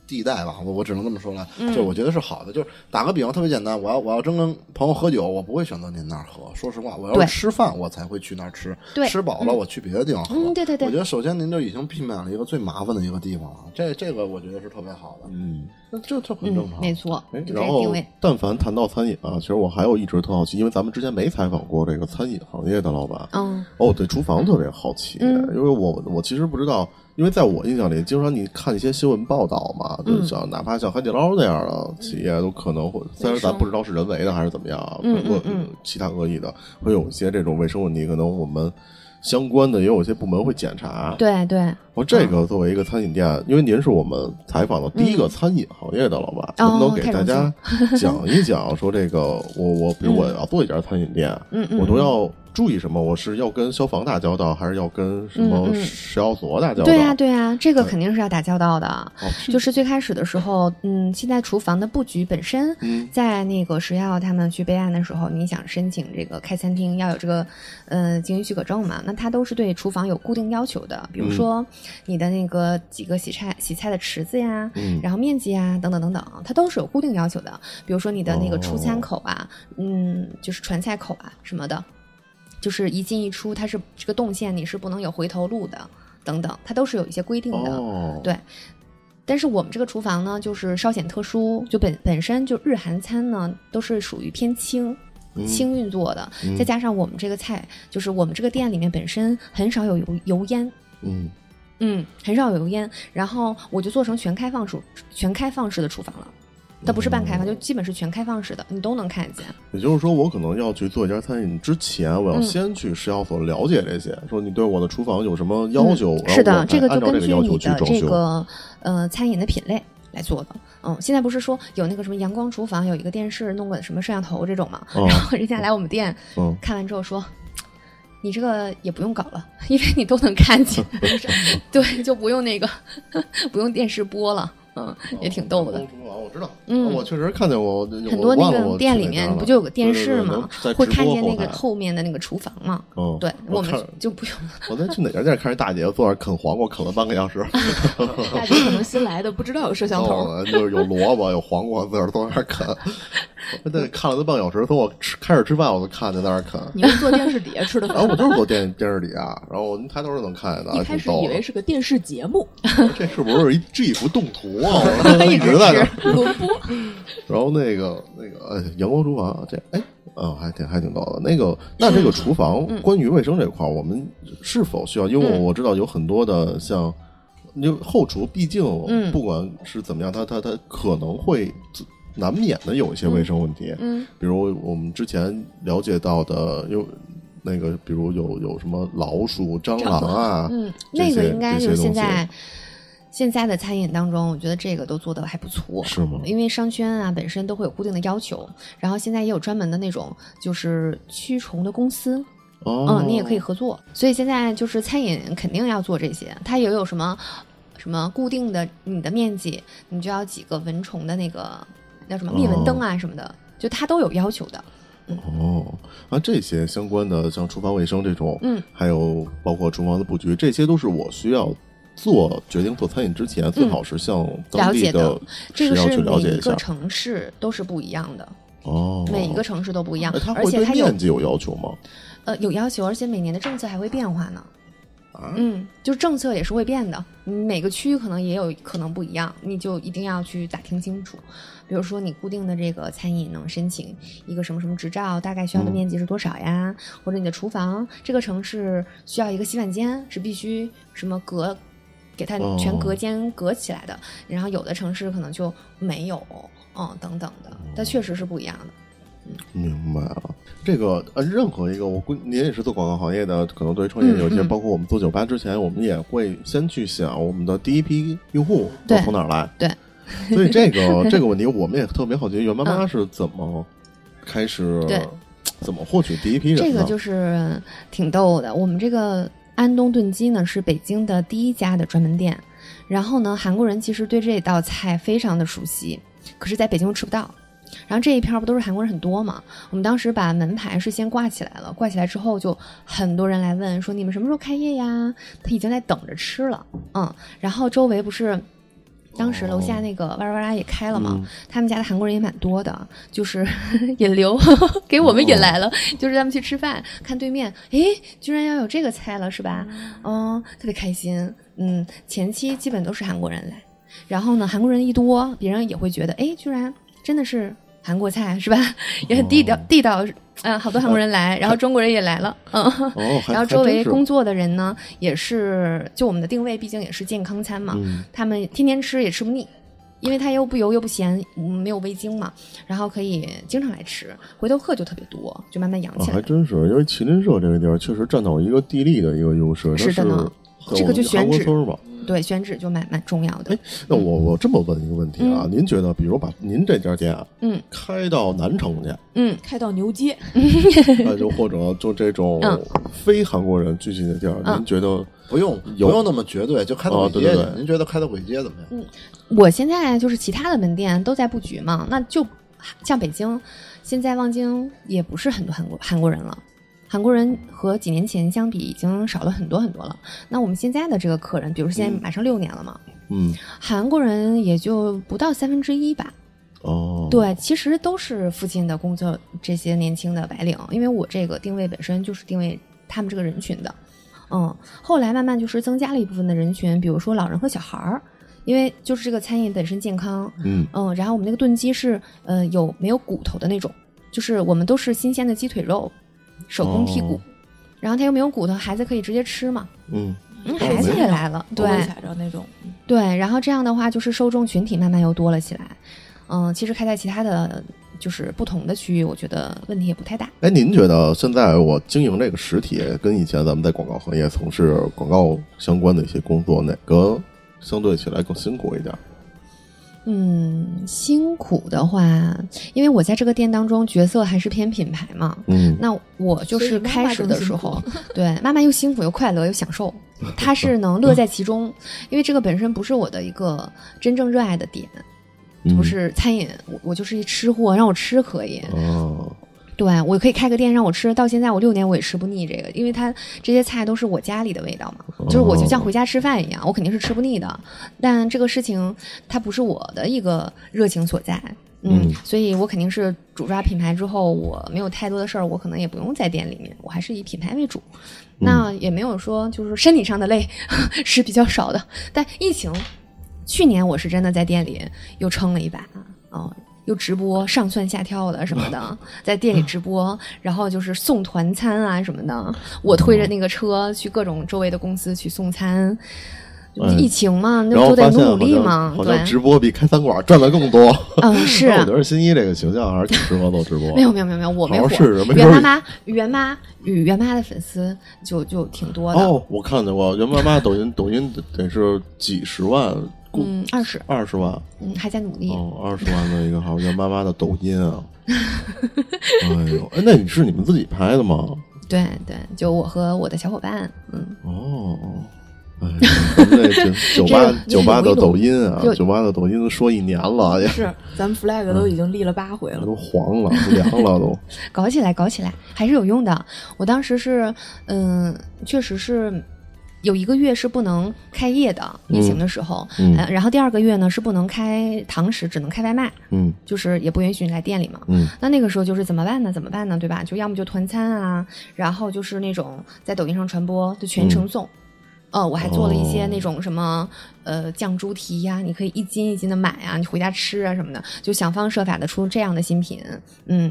S5: 地带吧，我我只能这么说了，
S6: 嗯
S5: 就是我觉得是好的。就是打个比方，特别简单，我要我要真跟朋友喝酒，我不会选择您那儿喝，说实话，我要
S6: 对
S5: 是吃饭我才会去那儿吃，
S6: 对
S5: 吃饱了我去别的地方喝。
S6: 嗯对对对
S5: 我觉得首先您就已经避免了一个最麻烦的一个地方了，这这个我觉得是特别好的，
S3: 嗯，
S5: 那这这很正
S6: 嗯，
S5: 常。
S6: 没错
S3: 哎，
S6: 就这
S3: 然
S6: 定
S3: 后
S6: 位。
S3: 但凡谈到餐饮啊，其实我还有一直特好奇，因为咱们之前没采访过这个餐饮行业的老板。
S6: 嗯，
S3: 哦，我对厨房特别好奇，
S6: 嗯
S3: 因为我我其实不知道，因为在我印象里，经常你看一些新闻报道嘛，
S6: 嗯
S3: 就是像哪怕像海底捞那样的企业，都可能会，虽然咱不知道是人为的还是怎么样啊，
S6: 嗯
S3: 包括
S6: 嗯嗯
S3: 其他恶意的，会有一些这种卫生问题，可能我们相关的也有一些部门会检查。
S6: 对嗯对，
S3: 哦，这个作为一个餐饮店，因为您是我们采访的第一个餐饮行业的老板，能
S6: 嗯
S3: 不
S6: 哦
S3: 能给
S6: 太
S3: 大
S6: 荣
S3: 家
S6: 幸 [LAUGHS]
S3: 讲一讲，说这个我我比如我要做一家餐饮店，啊
S6: 嗯嗯，
S3: 我都要注意什么？我是要跟消防打交道，还是要跟什
S6: 嗯
S3: 么
S6: 嗯
S3: 食药所打交道？嗯
S6: 对呀、对呀、这个肯定是要打交道的。
S3: 哦，这
S6: 就是最开始的时候，嗯，现在厨房的布局本身，
S3: 嗯
S6: 在那个食药他们去备案的时候，你想申请这个开餐厅要有这个呃经营许可证嘛？那它都是对厨房有固定要求的，比如
S3: 嗯
S6: 说你的那个几个洗菜洗菜的池子呀，
S3: 嗯
S6: 然后面积啊等等等等，它都是有固定要求的。比如说你的那个出餐
S3: 哦
S6: 口啊，嗯，就是传菜口啊什么的，就是一进一出，它是这个动线你是不能有回头路的，等等，它都是有一些规定的。
S3: 哦，
S6: 对但是我们这个厨房呢，就是稍显特殊，就本本身就日韩餐呢都是属于偏轻。
S3: 嗯
S6: 轻运作的，
S3: 嗯
S6: 再加上我们这个菜，就是我们这个店里面本身很少有油油烟，
S3: 嗯，
S6: 嗯，很少有油烟，然后我就做成全开放厨全开放式的厨房了，它不是半开
S3: 哦
S6: 放，就基本是全开放式的，你都能看见。
S3: 也就是说，我可能要去做一家餐饮之前，我要
S6: 嗯
S3: 先去食药所了解这些，说你对我的厨房有什么要求？
S6: 嗯是
S3: 然后我
S6: 的，
S3: 再
S6: 个
S3: 按
S6: 就
S3: 照
S6: 根
S3: 这个
S6: 据
S3: 要求
S6: 你
S3: 去
S6: 的
S3: 装
S6: 这
S3: 修。
S6: 个呃餐饮的品类来做的。嗯，现在不是说有那个什么阳光厨房，有一个电视，弄个什么摄像头这种嘛？
S3: 哦
S6: [LAUGHS] 然后人家来我们店
S3: 嗯，
S6: 看完之后说。你这个也不用搞了， [LAUGHS] 因为你都能
S3: [LAUGHS]
S6: 看见，对，就不用那个， [LAUGHS] 不用电视播了，嗯，也挺逗的
S3: 阳。光厨哦房我知道，
S6: 嗯
S3: 我确实看见过，
S6: 很
S3: 很
S6: 多那个店里面不就有个电视吗？会看见那个
S3: 后
S6: 后面的那个厨房嘛？
S3: 台。嗯，
S6: 对，我们
S3: 看
S6: 就不用
S3: 我在去哪家店看着大姐坐那儿啃黄瓜，啃了半个小
S6: [LAUGHS]
S3: 时。哦
S2: 大姐可能新来的不知道有摄像头， [LAUGHS]
S3: 哦，就是有萝卜，有黄瓜，自个儿坐那儿啃。那看了那半小时，从我吃开始吃饭我就看，就在那儿看。
S2: 你是坐电视底下吃的
S3: 然后
S2: 饭
S3: 我。就是坐电电视里啊，然后我抬头就能看见的，
S2: 一
S3: 还
S2: 开
S3: 啊挺
S2: 始
S3: 逗
S2: 以
S3: 的
S2: 为是个电视节目，
S3: [LAUGHS] 这是不是一 GIF 动图
S6: [LAUGHS]
S3: 啊？我一直在那儿。
S2: 轮播。
S3: 然后那个那个呃，阳光厨房这哎啊、还挺还挺逗的。那个那这个厨房、关于卫生这块儿，我们是否需要？因为我、
S6: 嗯
S3: 我知道有很多的像。就后厨，毕竟
S6: 嗯
S3: 不管是怎么样，它它它可能会难免的有一些卫生问题。
S6: 嗯
S3: 比如我们之前了解到的，有那个，比如有有什么老鼠、蟑螂啊，
S6: 嗯，
S3: 这
S6: 那个
S3: 些
S6: 应该
S3: 这
S6: 就是
S3: 些东
S6: 现
S3: 西
S6: 在现在的餐饮当中，我觉得这个都做的还不错。
S3: 是吗？
S6: 因为商圈啊本身都会有固定的要求，然后现在也有专门的那种就是驱虫的公司，
S3: 哦，
S6: 嗯，你也可以合作。所以现在就是餐饮肯定要做这些，它也有什么什么固定的你的面积，你就要几个蚊虫的那个叫什么灭蚊灯啊什么的，就它都有要求的。
S3: 哦，啊，这些相关的像厨房卫生这种，
S6: 嗯，
S3: 还有包括厨房的布局，这些都是我需要做决定做餐饮之前，最好是向当地
S6: 嗯了
S3: 的
S6: 这个
S3: 食药
S6: 是
S3: 去
S6: 每
S3: 了解
S6: 一
S3: 一下
S6: 个。城市都是不一样的，
S3: 哦，
S6: 每一个城市都不一样
S3: 哎，它
S6: 而
S3: 会
S6: 且
S3: 对
S6: 它有
S3: 面积有要求吗？
S6: 呃有要求，而且每年的政策还会变化呢。
S3: 啊
S6: 嗯，就政策也是会变的，你每个区域可能也有可能不一样，你就一定要去打听清楚。比如说你固定的这个餐饮能申请一个什么什么执照，大概需要
S3: 嗯
S6: 的面积是多少呀？或者你的厨房，这个城市需要一个洗碗间是必须什么隔，给它
S3: 哦
S6: 全隔间隔起来的。然后有的城市可能就没有，嗯，等等
S3: 哦
S6: 的，它确实是不一样的。
S3: 明白了，这个呃，任何一个我估您也是做广告行业的，可能对于创业
S6: 嗯
S3: 有一些，
S6: 嗯
S3: 包括我们做酒吧之前，我们也会先去想我们的第一批用户都
S6: 对
S3: 从哪儿来。
S6: 对，
S3: 所以这
S6: [LAUGHS]
S3: 个这个问题我们也特别好奇，袁妈妈是怎么开始
S6: 嗯对
S3: 怎么获取第一批人
S6: 这
S3: 呢？
S6: 个就是挺逗的。我们这个安东炖鸡呢是北京的第一家的专门店，然后呢，韩国人其实对这道菜非常的熟悉，可是在北京又吃不到。然后这一片儿不都是韩国人很多嘛？我们当时把门牌是先挂起来了，挂起来之后就很多人来问说你们什么时候开业呀？他已经在等着吃了，嗯。然后周围不是当时楼下那个哇啦哇啦也开了嘛，
S3: 哦嗯
S6: 他们家的韩国人也蛮多的，就是 [LAUGHS] 引流给我们
S3: 哦
S6: 引来了，就是他们去吃饭，看对面，诶，居然要有这个菜了，是吧？嗯，特别开心。嗯，前期基本都是韩国人来，然后呢，韩国人一多，别人也会觉得，诶，居然真的是韩国菜，是吧？ [LAUGHS] 也很地道，
S3: 哦
S6: 地道。嗯，好多韩国人来，然后中国人也来了，嗯。
S3: 哦，还
S6: 然后周围工
S3: 作，
S6: 作的人呢，也是就我们的定位毕竟也是健康餐嘛，
S3: 嗯
S6: 他们天天吃也吃不腻，因为它又不油又不咸，嗯没有味精嘛，然后可以经常来吃，回头客就特别多，就慢慢养
S3: 啊
S6: 起来。
S3: 还真是，因为麒麟社这个地儿确实占到一个地利的一个优势，它
S6: 是的呢
S3: 在
S6: 这个
S3: 我们
S6: 就选
S3: 韩国
S6: 址
S3: 村儿吧。
S6: 对，选址就蛮蛮重要的
S3: 哎。那我我这么问一个问题啊，
S6: 嗯
S3: 您觉得，比如把您这家店啊，
S6: 嗯，
S3: 开到南城
S6: [LAUGHS]
S3: 去，
S6: 嗯，
S2: 开到牛街，
S3: 那就或者就这种
S6: 嗯
S3: 非韩国人聚集的地儿，
S6: 嗯
S3: 您觉得
S5: 不用
S3: 有
S5: 不用那么绝对，就开到
S3: 哦
S5: 鬼街
S3: 对
S5: 去
S3: 对。对
S5: 您觉得开到鬼街怎么
S6: 嗯
S5: 样？
S6: 我现在就是其他的门店都在布局嘛，那就像北京，现在望京也不是很多韩国韩国人了。韩国人和几年前相比，已经少了很多很多了。那我们现在的这个客人，比如现在马上六年了嘛，
S3: 嗯
S6: 韩国人也就不到三分之一吧。
S3: 哦，
S6: 对，其实都是附近的工作这些年轻的白领，因为我这个定位本身就是定位他们这个人群的。嗯，后来慢慢就是增加了一部分的人群，比如说老人和小孩儿，因为就是这个餐饮本身健康，
S3: 嗯
S6: 嗯，然后我们那个炖鸡是呃有没有骨头的那种，就是我们都是新鲜的鸡腿肉，手工剔骨，
S3: 哦
S6: 然后它又没有骨头，孩子可以直接吃嘛，
S3: 嗯
S6: 嗯，孩子也来
S3: 哦
S6: 了，对，
S2: 我也踩着那种，
S6: 对，然后这样的话，就是受众群体慢慢又多了起来。嗯，其实开在其他的就是不同的区域，我觉得问题也不太大。
S3: 哎，您觉得现在我经营这个实体，跟以前咱们在广告行业从事广告相关的一些工作，哪个相对起来更辛苦一点？
S6: 嗯，辛苦的话，因为我在这个店当中角色还是偏品牌嘛。
S3: 嗯，
S6: 那我就
S2: 所以
S6: 是
S2: 妈妈
S6: 开始
S2: 更
S6: 的
S2: 辛
S6: 时
S2: 苦 [LAUGHS]
S6: 候，对妈妈又辛苦又快乐又享受，她是能乐在其中，因为这个本身不是我的一个真正热爱的点，
S3: 嗯
S6: 不是餐饮，我我就是一吃货，让我吃可以，
S3: 哦，
S6: 对，我可以开个店让我吃，到现在我六年我也吃不腻这个，因为它这些菜都是我家里的味道嘛，就是我就像回家吃饭一样，我肯定是吃不腻的。但这个事情它不是我的一个热情所在，嗯，所以我肯定是主抓品牌之后，我没有太多的事儿，我可能也不用在店里面，我还是以品牌为主。那也没有说就是身体上的累是比较少的，但疫情去年我是真的在店里又撑了一把哦，又直播上蹿下跳的什么的， [LAUGHS] 在店里直播，然后就是送团餐啊什么的，我推着那个车去各种周围的公司去送餐。
S3: 哎
S6: 疫情嘛，那
S3: 然
S6: 都
S3: 后
S6: 得
S3: 发现
S6: 努
S3: 好
S6: 力
S3: 像
S6: 嘛，
S3: 好
S6: 对
S3: 像，直播比开餐馆赚的更多。 [LAUGHS]
S6: 嗯，是
S3: 那我觉得新一这个形象还是挺适合做直播。
S6: 没有没有没有没有，我没
S3: 好
S6: 火
S3: 好试试没。
S6: 袁
S3: 准
S6: 妈
S3: 儿
S6: 妈、袁妈与袁妈的粉丝就就挺多的，
S3: 哦，我看见过袁妈妈抖音抖音得是几十万，估
S6: 嗯，二十，
S3: 二十万
S6: 嗯，还在努力。
S3: 哦，二十万的一个好袁妈妈的抖音啊。哎呦，哎，那你是你们自己拍的吗？
S6: 对对，就我和我的小伙伴，嗯，
S3: 哦，哎，咱们这
S6: [LAUGHS]
S3: 九九八
S6: 这个
S3: 九八的抖音啊
S6: 有一种，
S3: 九八的抖音说一年了，也哎
S2: 是，咱们 flag 都已经立了八回了。
S3: 都黄了，都凉了都。
S6: 搞起来，搞起来，还是有用的。我当时是，嗯，确实是有一个月是不能开业的，疫情的时候，
S3: 嗯
S6: 呃然后第二个月呢是不能开堂食，只能开外卖，
S3: 嗯
S6: 就是也不允许你来店里嘛。
S3: 嗯
S6: 那那个时候就是怎么办呢？怎么办呢？对吧？就要么就团餐啊，然后就是那种在抖音上传播，就全程送。呃，我还做了一些
S3: 嗯哦
S6: 那种什么，呃，酱猪蹄呀、你可以一斤一斤的买啊，你回家吃啊什么的，就想方设法的出这样的新品，嗯，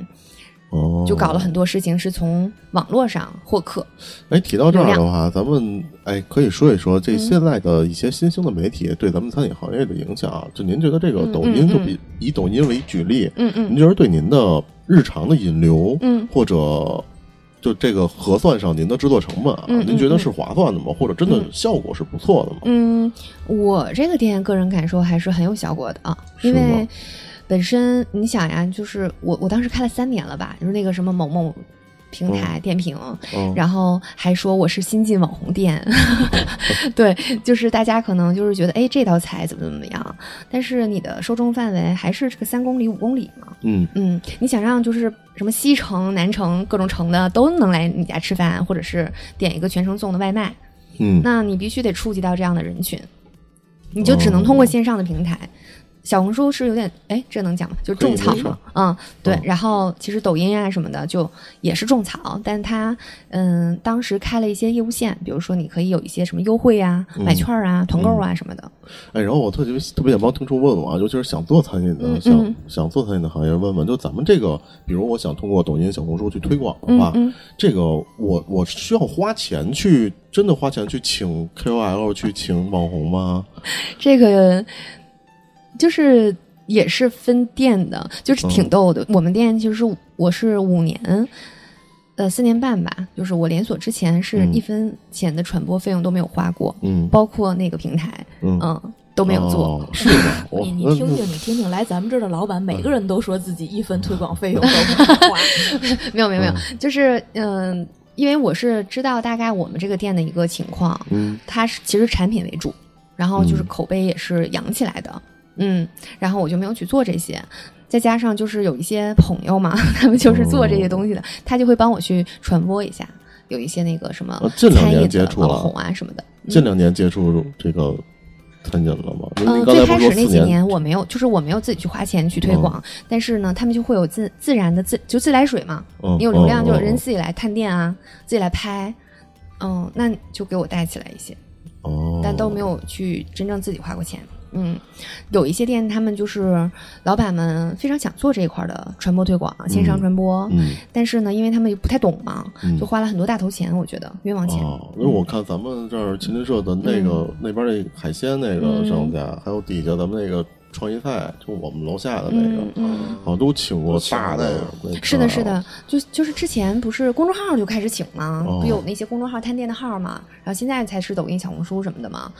S3: 哦，
S6: [LAUGHS] 就搞了很多事情是从网络上获客，
S3: 哎，提到这儿的话，咱们哎可以说一说
S6: 嗯
S3: 这现在的一些新兴的媒体对咱们餐饮行业的影响啊。就您觉得这个抖音，
S6: 嗯嗯
S3: 就比以抖音为举例，
S6: 嗯
S3: 您
S6: 嗯
S3: 觉得对您的日常的引流，
S6: 嗯
S3: 或者就这个核算上您的制作成本啊，
S6: 嗯嗯
S3: 您觉得是划算的吗？或者真的
S6: 嗯
S3: 效果是不错的吗？
S6: 嗯，我这个店个人感受还是很有效果的啊，
S3: 是
S6: 因
S3: 吗
S6: 为本身你想呀，就是我我当时开了三年了吧，就是那个什么某某平台点评，
S3: 嗯，
S6: 然后还说我是新晋网红店，
S3: 嗯
S6: [LAUGHS] 对，就是大家可能就是觉得，哎，这道菜怎么怎么样，但是你的受众范围还是这个三公里、五公里嘛，
S3: 嗯
S6: 嗯，你想让就是什么西城、南城各种城的都能来你家吃饭，或者是点一个全程送的外卖，
S3: 嗯，
S6: 那你必须得触及到这样的人群，你就只能
S3: 哦
S6: 通过线上的平台。小红书是有点，哎，这能讲吗？就是种草
S3: 可以没事
S6: 嘛，嗯，对。
S3: 嗯
S6: 然后其实抖音啊什么的，就也是种草，但它嗯，当时开了一些业务线，比如说你可以有一些什么优惠啊、
S3: 嗯
S6: 买券啊、团购啊什么的。
S3: 哎，然后我特别特别想帮听众问问啊，尤其是想做餐饮的，
S6: 嗯
S3: 想、
S6: 嗯
S3: 想做餐饮的行业，问问就咱们这个，比如我想通过抖音、小红书去推广的
S6: 嗯
S3: 话，
S6: 嗯
S3: 这个我我需要花钱去真的花钱去请 KOL 去请网红吗？
S6: 这个就是也是分店的，就是
S3: 嗯
S6: 挺逗的。我们店其实我是五年，呃，四年半吧，就是我连锁之前是
S3: 嗯
S6: 一分钱的传播费用都没有花过，
S3: 嗯
S6: 包括那个平台，
S3: 嗯
S6: 嗯，都没有做。
S3: 哦、嗯是吗？我
S2: 你你
S3: 那
S2: 听听，你听听，来咱们这儿的老板，每个人都说自己一分推广费用都不
S3: [LAUGHS]
S2: 花，
S6: [LAUGHS] 没有没有没有，就是嗯、因为我是知道大概我们这个店的一个情况，
S3: 嗯
S6: 它是其实产品为主，然后就是
S3: 嗯
S6: 口碑也是扬起来的，嗯然后我就没有去做这些。再加上就是有一些朋友嘛， [LAUGHS] 他们就是做这些东
S3: 哦
S6: 西的，他就会帮我去传播一下，有一些那个什么
S3: 啊这两
S6: 餐
S3: 年
S6: 饮
S3: 接
S6: 的
S3: 触
S6: 网
S3: 了
S6: 红啊什么的。
S3: 这两年接触这个餐饮了吗？因为
S6: 嗯，
S3: 您刚
S6: 最
S3: 才
S6: 开
S3: 不是
S6: 始
S3: 说
S6: 那
S3: 四哦
S6: 几年我没有，就是我没有自己去花钱去推广，但是呢，他们就会有自自然的自就自来水嘛，
S3: 嗯
S6: 你有流量
S3: 嗯
S6: 就有
S3: 嗯
S6: 人
S3: 嗯
S6: 自己来探店啊，自己来拍，嗯，那就给我带起来一些，
S3: 哦，
S6: 但都没有去真正自己花过钱。嗯，有一些店他们就是老板们非常想做这一块的传播推广，线上传播，
S3: 嗯
S6: 但是呢，因为他们也不太懂嘛，
S3: 嗯
S6: 就花了很多大头钱，我觉得冤枉钱。
S3: 哦，因为我看咱们这儿秦林社的那个、
S6: 嗯
S3: 那边那海鲜那个商家，还有底下咱们那个创意菜，就我们楼下的那个，
S6: 嗯嗯，
S3: 好像都请过
S5: 都请
S3: 大
S5: 那
S3: 的
S5: 个
S3: 那个。
S6: 是的，是的，就就是之前不是公众号就开始请吗？
S3: 哦
S6: 不有那些公众号探店的号嘛？然后现在才是抖音、小红书什么的嘛。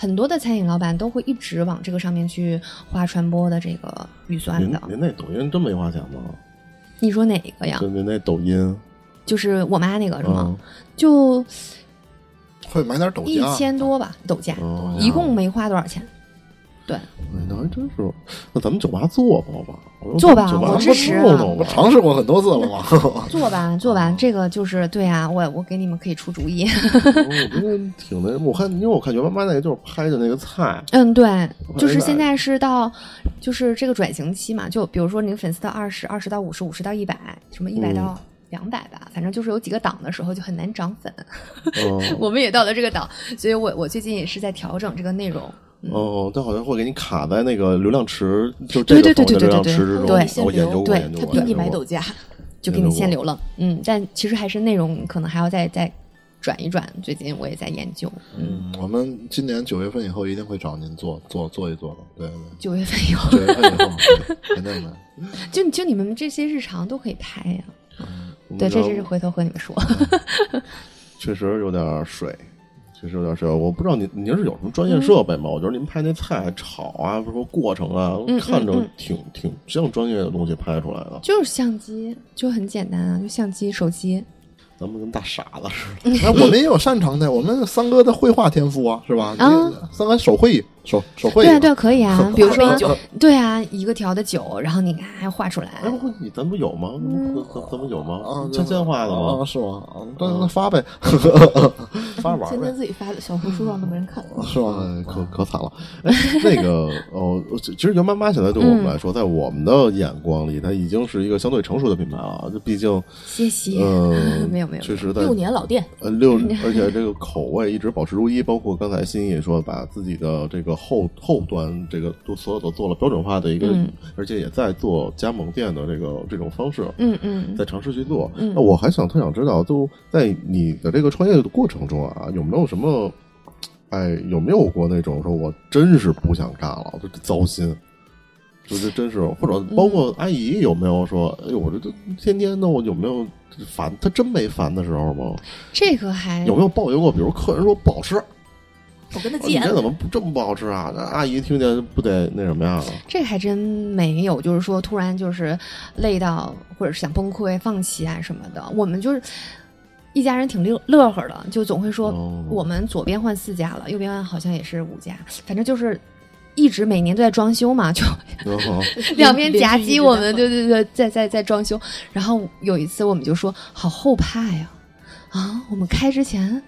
S6: 很多的餐饮老板都会一直往这个上面去花传播的这个预算
S3: 您
S6: 的。
S3: 您那抖音真没花钱吗？
S6: 你说哪一个呀
S3: 就？您那抖音
S6: 就是我妈那个啊是吗
S3: 啊？，
S6: 就
S5: 会买点抖啊
S6: 一
S5: 加，
S6: 千多吧，抖价，
S3: 哦
S6: 一共没花多少钱。对，
S3: 哎，那还真是。那咱们酒吧做吧，好吧？我说
S6: 做吧
S3: 咱们酒
S6: 我
S3: 吧
S6: 支持啊
S3: 弄弄
S5: 我
S3: 吧
S5: 尝试过很多次了嘛。
S6: 做吧做
S3: 哦
S6: 吧，这个就是对啊，我我给你们可以出主意。
S3: 我觉得挺那什么，我看因为我看原妈妈那个就是拍的那个菜，
S6: 嗯，对，
S3: 我
S6: 就是
S3: 还
S6: 现
S3: 在
S6: 在是到，就是这个转型期嘛，就比如说你粉丝到二十，二十到五十，五十到一百，什么一百
S3: 嗯
S6: 到两百吧，反正就是有几个档的时候就很难涨粉。
S3: 嗯，
S6: [LAUGHS] 我们也到了这个档，所以我我最近也是在调整这个内容。
S3: 哦，它好像会给你卡在那个流量池，就
S6: 对
S3: 这个
S6: 对对
S3: 所谓的
S6: 对对
S3: 流量
S6: 对
S3: 池之中。
S6: 对
S3: 我研究过，
S6: 对
S3: 研究
S2: 他
S3: 过，
S2: 比
S3: 研
S2: 你
S3: 究
S2: 买
S3: 过
S2: 抖价，
S6: 就给你限流了。嗯，但其实还是内容可能还要再再转一转。最近我也在研究，
S5: 嗯，我们今年九月份以后一定会找您做做做一做的，对对
S6: 九月份以后，
S5: 对，九月份以后嗯肯定的。
S6: 就就你们这些日常都可以拍呀。
S3: 嗯
S6: 对，这
S3: 然后
S6: 这是回头和你们说。 [LAUGHS]
S3: 确实有点水，确实有点水。我不知道您您是有什么专业设备吗？我觉得您拍那菜炒啊，什么过程啊，
S6: 嗯
S3: 看着
S6: 嗯
S3: 挺挺像专业的东西拍出来的。
S6: 就是相机就很简单啊，就相机、手机。
S3: 咱们跟大傻子似
S5: [LAUGHS]
S3: 的，
S5: 哎，我们也有擅长的，我们三哥的绘画天赋啊，是吧？
S6: 啊
S5: 你三哥手绘手手绘，
S6: 对啊，对啊，可以啊。比如说
S2: 画杯，酒
S6: 对啊，一个调的酒，然后你还画出来。
S3: 哎，不，你咱不有吗？咱咱咱们有吗
S5: 啊？，
S3: 像现画的
S5: 啊，
S3: 吗？
S5: 是吗？啊那
S6: 嗯
S5: 那
S3: [LAUGHS]
S5: 发呗，发玩
S2: 天
S5: 呗
S2: 天，自己发的小红书上都没人看。
S5: 是吗？
S3: 哎，可可惨了。 [LAUGHS] 哎，那个哦，其其实袁妈妈现在对我们来
S6: 嗯
S3: 说，在我们的眼光里，它已经是一个相对成熟的品牌了。啊这毕竟，
S6: 谢谢。
S3: 呃，
S6: 哎没有没有
S3: 确实在
S2: 六年老店，
S3: 呃，六，而且这个口味一直保持如一，包括刚才欣也说，把自己的这个后后端这个都所有都做了标准化的一个，
S6: 嗯
S3: 而且也在做加盟店的这个这种方式，
S6: 嗯嗯
S3: 在尝试去做。
S6: 嗯
S3: 那我还想特想知道，就在你的这个创业的过程中啊，有没有什么，哎，有没有过那种说我真是不想干了，就糟心。就是真是，或
S6: 嗯
S3: 者包括阿姨有没有说，哎呦，我这都天天的，我有没有烦？她真没烦的时候吗？
S6: 这个还
S3: 有没有抱怨过？比如客人说不好吃，
S2: 我跟他急
S3: 哦你
S2: 眼
S3: 这
S2: 了
S3: 怎。么不这么不好吃啊？那阿姨听见不得那什么呀？
S6: 这还真没有，就是说突然就是累到或者是想崩溃、放弃啊什么的。我们就是一家人挺乐乐呵的，就总会说
S3: 哦
S6: 我们左边换四家了，右边好像也是五家，反正就是。一直每年都在装修嘛，就
S3: 然后
S6: [LAUGHS] 两边夹
S2: 连续一
S6: 击，
S2: 直
S6: 我
S2: 在
S6: 们
S2: 换
S6: 对对对，在在在装修。然后有一次我们就说好后怕呀，啊，我们开之前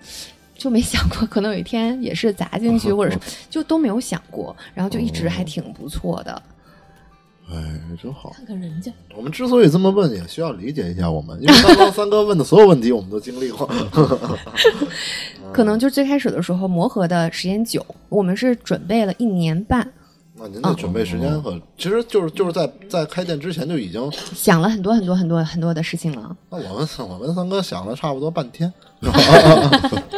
S6: 就没想过，可能有一天也是砸进去，或者是就都没有想过，然后就一直还挺不错的。
S3: 哎，真好。
S2: 看看人家，
S5: 我们之所以这么问，也需要理解一下我们，因为刚刚三哥问的所有问题，我们都经历过。
S6: 可能就最开始的时候磨合的时间久，我们是准备了一年半，
S5: 那您的准备时间和，其实就是就是在在开店之前就已经，
S6: 想了很多很多很多很多的事情了。
S5: 那我们我们三哥想了差不多半天， [LAUGHS] 是吧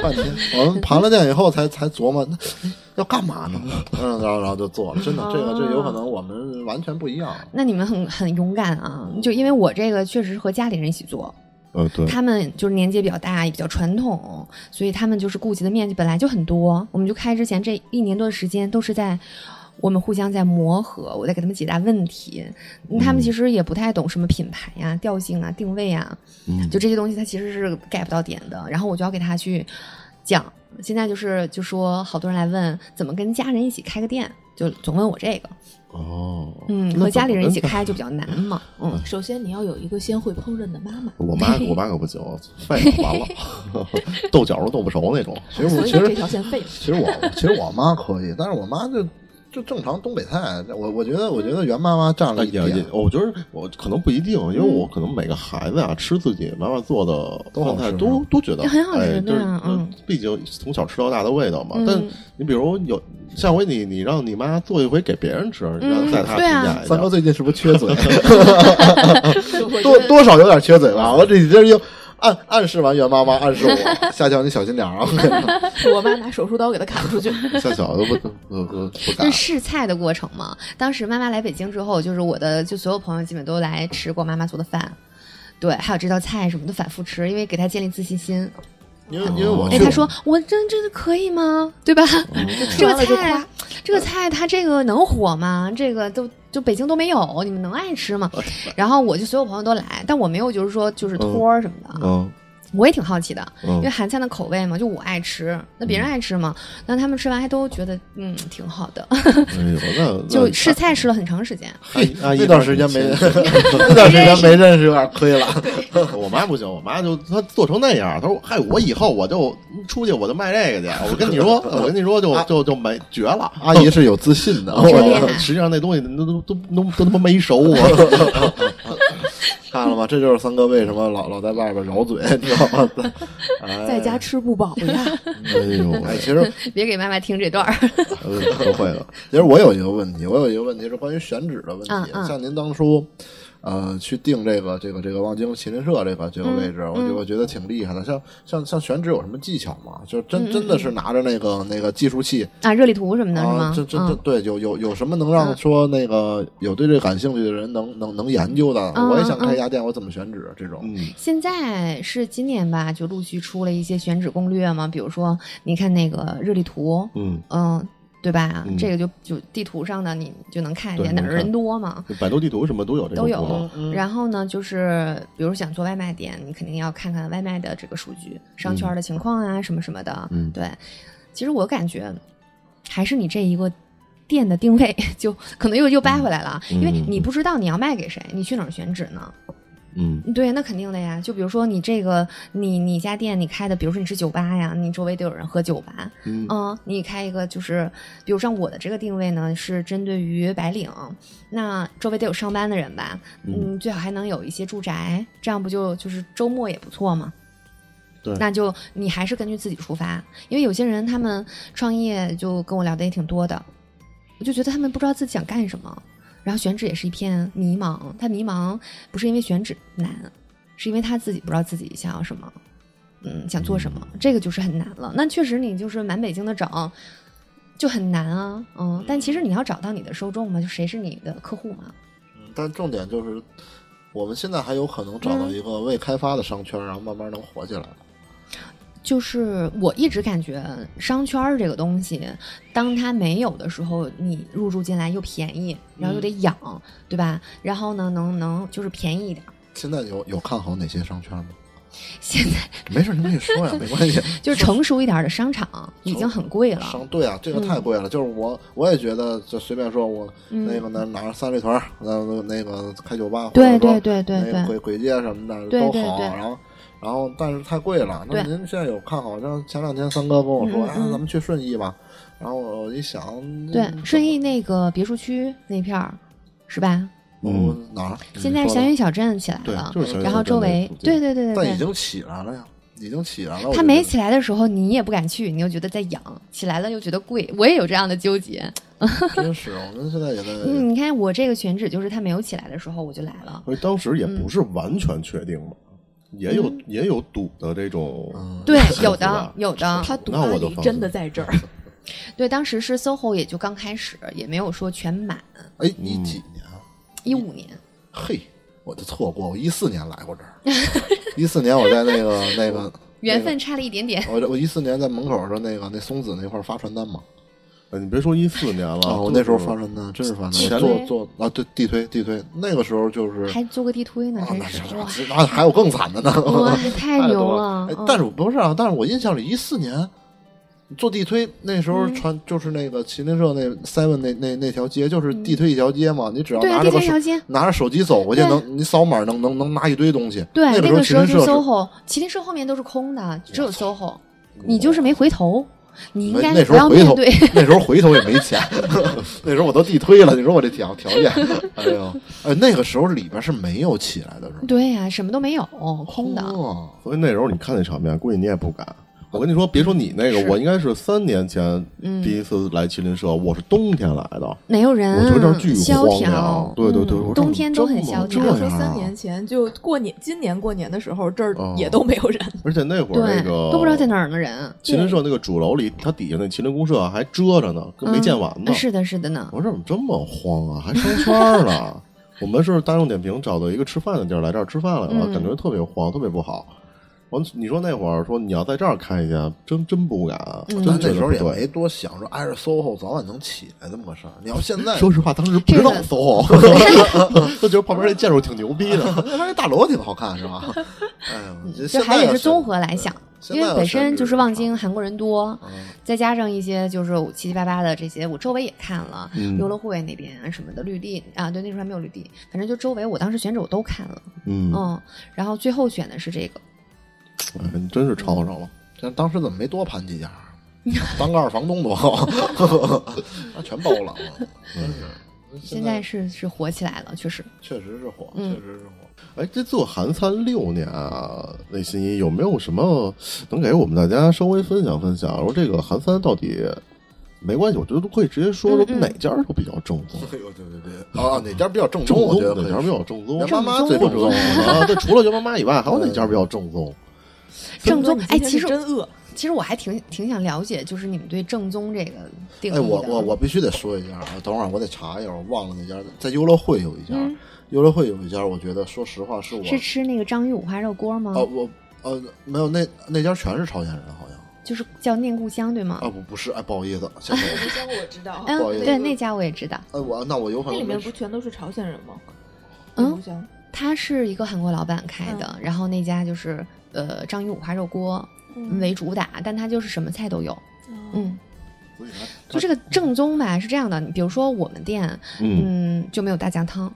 S5: 半天。我们盘了店以后才才琢磨，那哎要干嘛呢？嗯，然后然后就做了。真的，这个这有可能我们完全不一样。
S6: 那你们很很勇敢啊！就因为我这个确实是和家里人一起做，
S3: 呃，对，
S6: 他们就是年纪也比较大，也比较传统，所以他们就是顾及的面积本来就很多。我们就开之前这一年多的时间都是在。我们互相在磨合，我在给他们解答问题。他们其实也不太懂什么品牌呀、调性啊、定位啊，
S3: 嗯
S6: 就这些东西，他其实是 get 不到点的。然后我就要给他去讲。现在就是就说，好多人来问怎么跟家人一起开个店，就总问我这个。
S3: 哦，
S6: 嗯，
S3: 那
S6: 和家里人一起
S3: 怎么
S6: 开就比较难嘛。嗯，
S2: 首先你要有一个先会烹饪的妈妈，
S3: 跟。我妈我妈可不行，废了 [LAUGHS] 完了，豆角都豆不熟那种。
S5: 其实我
S2: 所以
S5: 其
S2: 你
S5: 实
S2: 这条
S3: [LAUGHS]
S2: 线废了。
S5: 其实我其实我妈可以，但是我妈就就正常东北菜。我我觉得我觉得袁妈妈占
S3: 哎
S5: 了一
S3: 也
S5: 点
S3: 也，，我觉得我可能不一定，因为我可能每个孩子啊吃自己妈妈做的
S5: 都好
S3: 饭菜
S5: 吃
S3: 嗯都都觉得
S6: 很好吃
S3: 哎就是
S6: 对啊嗯
S3: 毕竟从小吃到大的味道嘛
S6: 嗯。
S3: 但你比如有下回你你让你妈做一回给别人吃，让带她
S6: 对
S3: 评
S6: 啊
S3: 价一
S5: 三
S3: 下
S5: 哥。最近是不是缺 [LAUGHS] 嘴？
S2: 我
S5: 多
S2: 觉得
S5: 多少有点缺嘴吧？我这这又暗暗示完袁妈妈，暗示 [LAUGHS] 我下桥你小心点儿 [LAUGHS] 啊！
S2: [LAUGHS] 我妈拿手术刀给他砍出去，
S3: 像小子不不不不
S6: 这
S3: 敢
S6: 是。试菜的过程嘛。当时妈妈来北京之后，就是我的就所有朋友基本都来吃过妈妈做的饭，对，还有这道菜什么的反复吃，因为给她建立自信心。
S5: 因为因为我
S6: 哎，
S5: 去
S6: 他说我真真的可以吗？对吧？这个
S2: 完了哦就
S6: 菜
S2: 夸，
S6: 这个菜它这个能火吗？这个都就北京都没有，你
S2: 哦哦
S6: 们能爱吃吗？然后我就所有朋友都来，但我没有就是说就是托儿什么的，
S3: 嗯，
S6: 我也挺好奇的， [LAUGHS]
S3: 嗯
S6: 因为韩餐的口味嘛，就我爱吃，那
S2: 嗯
S6: 别人爱吃嘛，那他们吃完还都觉得嗯挺好的，
S3: 哎呦，那
S6: 就试菜吃了很长时间。
S3: 那阿姨
S5: 哦那段时间没，
S3: [LAUGHS] 认识。
S5: [LAUGHS] 那段时间没认识有点亏了。 [LAUGHS]
S3: 我妈不行，我妈就她做成那样，她说：“嗨，我以后我就出去我就卖这个去。”我跟你说，我跟你说就就就买绝了。
S5: 阿姨是有自信 [LAUGHS] 的，
S6: 真厉害
S3: 我实际上那东西都都都都都他妈没熟啊！
S5: 看了吗？这就是三哥为什么老老在外边饶嘴，你知道 [LAUGHS] 吗？哎
S2: 在家吃不饱呀。
S3: 哎呦喂，
S5: 哎，其实
S6: 别给妈妈听这段儿， [LAUGHS]
S5: [LAUGHS] 呃不会的。其实我有一个问题，我有一个问题是关于选址的问题。啊
S6: 嗯嗯
S5: 像您当初，呃，去定这个这个这个望京麒麟社这个这个
S6: 嗯
S5: 位置，我觉得我觉得挺厉害的。像像像选址有什么技巧吗？就
S6: 嗯
S5: 真真的是拿着那个那个计数器
S6: 啊，热力图什么的，
S3: 哦
S6: 是
S5: 啊
S6: 吗，？
S5: 这这这
S6: 嗯
S5: 对有有有什么能让说那个有对这感兴趣的人能能能研究的？
S6: 嗯
S5: 我也想开
S6: 嗯
S5: 一家店，我怎么选址这种？
S3: 嗯
S6: 现在是今年吧，就陆续出了一些选址攻略嘛，比如说你看那个热力图，
S3: 嗯，
S6: 嗯，对吧？
S3: 嗯
S6: 这个就就地图上的你就能看
S3: 对
S6: 见哪
S3: 能
S6: 儿
S3: 看
S6: 人多嘛，
S3: 百度地图什么都有这个
S6: 都
S3: 功能
S6: 有。嗯然后呢，就是比如想做外卖店，你肯定要看看外卖的这个数据、商圈的情况啊，什么什么的。
S3: 嗯
S6: 对。其实我感觉，还是你这一个店的定位就可能又又掰回来了啊，
S3: 嗯
S6: 因为你不知道你要卖给谁，你去哪儿选址呢？
S3: 嗯
S6: 对，那肯定的呀。就比如说你这个，你你家店你开的，比如说你是酒吧呀，你周围得有人喝酒吧，
S3: 嗯
S6: 嗯，你开一个就是，比如像我的这个定位呢，是针对于白领，那周围得有上班的人吧，
S3: 嗯
S6: 嗯，最好还能有一些住宅，这样不就就是周末也不错嘛。
S3: 对
S6: 那就你还是根据自己出发，因为有些人他们创业就跟我聊的也挺多的，我就觉得他们不知道自己想干什么，然后选址也是一片迷茫。他迷茫不是因为选址难，是因为他自己不知道自己想要什么，嗯，想做什么，这个就是很难了。那确实你就是满北京的找。就很难啊，嗯，但其实你要找到你的受众嘛，就谁是你的客户嘛，
S5: 嗯但重点就是，我们现在还有可能找到
S6: 嗯
S5: 一个未开发的商圈，然后慢慢能火起来。
S6: 就是我一直感觉商圈儿这个东西，当它没有的时候，你入驻进来又便宜，然后又得养，对吧？然后呢，能能就是便宜一点儿。 [LAUGHS]
S5: 现在有有看好哪些商圈吗？ [LAUGHS]
S6: 现在
S5: 没事，你们可以
S6: [LAUGHS]
S5: 说呀，没关系。
S6: 就是成熟一点儿的商场已经很贵了，
S5: 商对啊，这个太贵了。就是我我也觉得，就随便说，我
S6: 嗯
S5: 那个拿拿着三里屯儿，那那个开酒吧，
S6: 对
S5: 或者说
S6: 对对对
S5: 那个
S6: 对
S5: 鬼鬼街什么的
S6: 对
S5: 都
S6: 对
S5: 好。
S6: 对
S5: 然后然后但是太贵了。那
S6: 对
S5: 您现在有看好？像前两天三哥跟我说，
S6: 嗯嗯
S5: 啊，
S6: 嗯
S5: 咱们去顺义吧。然后我一想，
S6: 对
S5: 嗯，
S6: 顺义那个别墅区那片儿，是吧？
S5: 我嗯哪儿？
S6: 现在是
S5: 你说
S6: 祥
S5: 的
S6: 云小镇起来
S3: 对
S6: 了，
S3: 就是祥云
S6: 然后
S3: 小镇
S6: 周围
S3: 那附，近
S6: 对对对对
S5: 但
S6: 对
S5: 已，经起来了呀，已经起来了。我
S6: 它
S5: 觉
S6: 没
S5: 得
S6: 起来的时候，你也不敢去，你又觉得在养，起来了又觉得贵，我也有这样的纠结。
S5: 真是，我们现在也在。
S6: 嗯，你看我这个选址，就是它没有起来的时候我就来了。
S3: 所以当时也不是完全确定嘛，也有也有赌的这种。
S6: 对，
S3: 是吧
S6: 有的，有的。
S2: 他赌
S3: 那
S2: 阿
S3: 我就
S2: 里
S3: 放
S2: 真
S3: 心
S2: 的在这儿，
S6: 对，当时是 SOHO 也就刚开始，也没有说全满。
S5: 哎，你几年啊？
S6: 一五年，
S5: 嘿，我就错过，我一四年来过这儿。一四年我在那 [LAUGHS] 个那个
S6: 缘分差了一点点。
S5: 我我一四年在门口的那个那松子那块儿发传单嘛，
S3: 呃你别说一四年了，
S5: 我
S3: 就
S5: 哦那时候
S3: 是
S5: 发传单，啊真是发
S6: 地
S5: 传
S6: 推
S5: 单，做做啊，对，地推地推，那个时候就是
S6: 还做个地推呢
S5: 啊，，
S6: 真
S5: 那
S6: 是
S5: 是
S6: 哇
S5: 那还有更惨的呢，
S6: 哇，太
S5: 太
S6: 牛
S5: 多 [LAUGHS]
S6: 了
S5: 哎！
S6: 嗯
S5: 但是我不是啊，但是我印象里一四年做地推那时
S6: 嗯
S5: 候传就是那个麒麟社那 seven 那那那条街就是地推一条街嘛，你只要
S6: 嗯对
S5: 拿
S6: 啊，
S5: 着
S6: 地
S5: 个
S6: 推
S5: 手
S6: 条街，
S5: 拿着手机走过去
S6: 对
S5: 能你扫码能能能拿一堆东西。
S6: 对，
S5: 那
S6: 那个
S5: 时
S6: 时
S5: 候
S6: 候是 SOHO，麒
S5: 麒麟社
S6: 麟社后面都是空的，只有 SOHO，你就是没回头，你应
S5: 没
S6: 该
S5: 那时
S6: 不
S5: 候
S6: 要
S5: 回
S6: 面
S5: 头
S6: 对。，
S5: 那时候回头也没钱， [LAUGHS] 那时候我都地推了。你说我这条条件，哎呦，哎，那个时候里边是没有起来的，是吗？
S6: 对呀，什么都没有， [LAUGHS] 空的。
S5: 哦
S3: 所以那时候你看那场面，估计你也不敢。我跟你说，别说你那个，
S6: 是
S3: 我应该是三年前
S6: 嗯
S3: 第一次来麒麟社，我是冬天来的，
S6: 没有人，
S3: 我觉得这儿巨
S6: 萧
S3: 荒
S6: 条
S3: 凉。，对对对，
S6: 嗯
S3: 我说
S6: 冬天都很
S3: 这么
S6: 萧
S3: 这
S6: 条
S3: 样。
S2: 我
S3: 啊
S2: 说三年前就过年，今年过年的时候这儿
S3: 哦
S2: 也都没有人，
S3: 而且那会儿
S6: 对，
S3: 那个
S6: 都不知道在哪儿呢，人
S3: 麒麟社那个主楼里，它底下那麒麟公社还遮着呢，跟没建完呢。
S6: 嗯是的，是的呢。
S3: 我说怎么这么荒啊，还商圈儿呢？我们是大众点评找到一个吃饭的地儿来这儿吃饭来了，
S6: 嗯
S3: 感觉特别荒，特别不好。完，你说那会儿说你要在这儿开一家，真真不敢，真
S6: 嗯
S5: 咱
S3: 觉
S5: 那
S3: 得
S5: 时候
S3: 不
S5: 也
S3: 对
S5: 没多想着挨着 SOHO 早晚能起来这么个事儿。你要现在
S3: 说实话，当时不知道
S6: 这个 [LAUGHS] 啊
S3: SOHO，就觉得旁边那建筑挺牛逼的。
S5: 那边那大楼挺好看是吧？哎呀，这
S6: 嗯这
S5: 现
S6: 还
S5: 在
S6: 也
S5: 要
S6: 是
S5: 选呃
S6: 综合来想，
S5: 现
S6: 因
S5: 在要
S6: 为本
S5: 选
S6: 身
S5: 址
S6: 就是望京韩国人多，
S5: 嗯
S6: 再加上一些就是七七八八的这些，我周围也看了，
S3: 嗯
S6: 游乐会那边啊什么的绿地啊，对，那时候还没有绿地，反正就周围我当时选址我都看了，
S3: 嗯，
S6: 嗯，然后最后选的是这个，
S3: 哎你真是吵上了。
S5: 但当时怎么没多盘几
S6: [LAUGHS]
S5: 家？当个二房东多好， [LAUGHS] 那全包揽了。啊真是，
S6: 现在是是火起来了，确实，
S5: 确实是火，确
S6: 嗯
S5: 实是火。
S3: 哎，这做韩餐六年啊，那新一有没有什么能给我们大家稍微分享分享？说这个韩餐到底没关系，我觉得都可以直接说说
S6: 嗯嗯
S3: 哪家都比较正宗，
S5: [LAUGHS] 哎呦，对对对，啊，哪家比较正
S3: 正
S5: 宗？我觉
S3: 宗
S5: 得
S3: 哪
S5: 可
S3: 家
S5: 以
S3: 比较正宗？
S5: 袁妈妈最
S3: 或
S5: 正
S3: 者
S5: 宗。
S3: 啊，对，除了袁妈妈以外，还有哪家比较正宗？
S6: 正宗
S2: 孙哥你
S6: 哎，
S2: 今天
S6: 其
S2: 是
S6: 实
S2: 真饿，
S6: 其实我还挺挺想了解，就是你们对正宗这个定义
S5: [LAUGHS] 哎，
S6: 的。
S5: 我我我必须得说一下啊！等会儿我得查一下，我忘了那家，在优乐会有一家，优乐会有一家，我觉得说实话是我
S6: 是吃那个章鱼五花肉锅吗？
S5: 啊，我呃没有那那家全是朝鲜人，好像
S6: 就是叫念故乡对吗？
S5: 啊不不是，哎不好意思，现在
S4: 故乡我知道，
S2: 哎
S6: 嗯
S5: 不好意，思
S6: 对，那家我也知道，
S5: [LAUGHS] 哎我那我有可
S2: 那里
S5: 能
S2: 面
S5: 没
S2: 不
S5: 吃
S2: 全都是朝鲜人吗？
S6: 嗯
S2: 故乡
S6: 他是一个韩国老板开的，然后那家就是呃章鱼五花肉锅
S2: 嗯
S6: 为主打，但它就是什么菜都有，嗯。
S5: 所以它
S6: 就这个正宗吧，是这样的，你比如说我们店，
S3: 嗯
S6: 嗯，就没有大酱汤，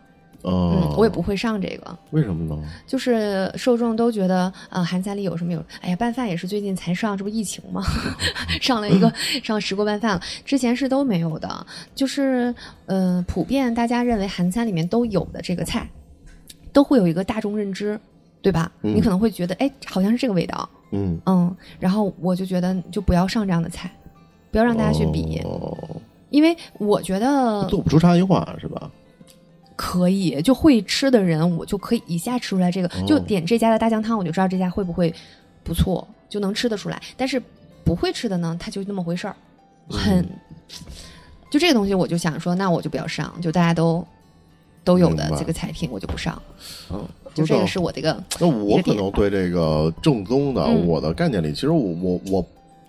S3: 哦
S6: 嗯，，我也不会上这个，
S3: 为什么呢？
S6: 就是受众都觉得，呃，韩餐里有什么有，哎呀，拌饭也是最近才上，这不疫情吗？ [LAUGHS] 上了一个
S3: 嗯
S6: 上十锅拌饭了，之前是都没有的，就是呃，普遍大家认为韩餐里面都有的这个菜，都会有一个大众认知，对吧？
S3: 嗯
S6: 你可能会觉得，哎，好像是这个味道，
S3: 嗯，
S6: 嗯，然后我就觉得就不要上这样的菜，不要让大家去比，
S3: 哦
S6: 因为我觉得
S3: 做不出差异化是吧？
S6: 可以，就会吃的人，我就可以一下吃出来这个，
S3: 哦
S6: 就点这家的大酱汤，我就知道这家会不会不错，就能吃得出来。但是不会吃的呢，它就那么回事儿，很、
S3: 嗯
S6: 就这个东西，我就想说，那我就不要上，就大家都都有的
S3: 明白
S6: 这个菜品，我就不上。
S3: 嗯，
S6: 就
S3: 不知
S6: 这
S3: 道
S6: 个是我的一个，
S3: 那
S6: 一
S3: 我可
S6: 个点
S3: 能
S6: 吧
S3: 对这个正宗的，
S6: 嗯
S3: 我的概念里，其实我我我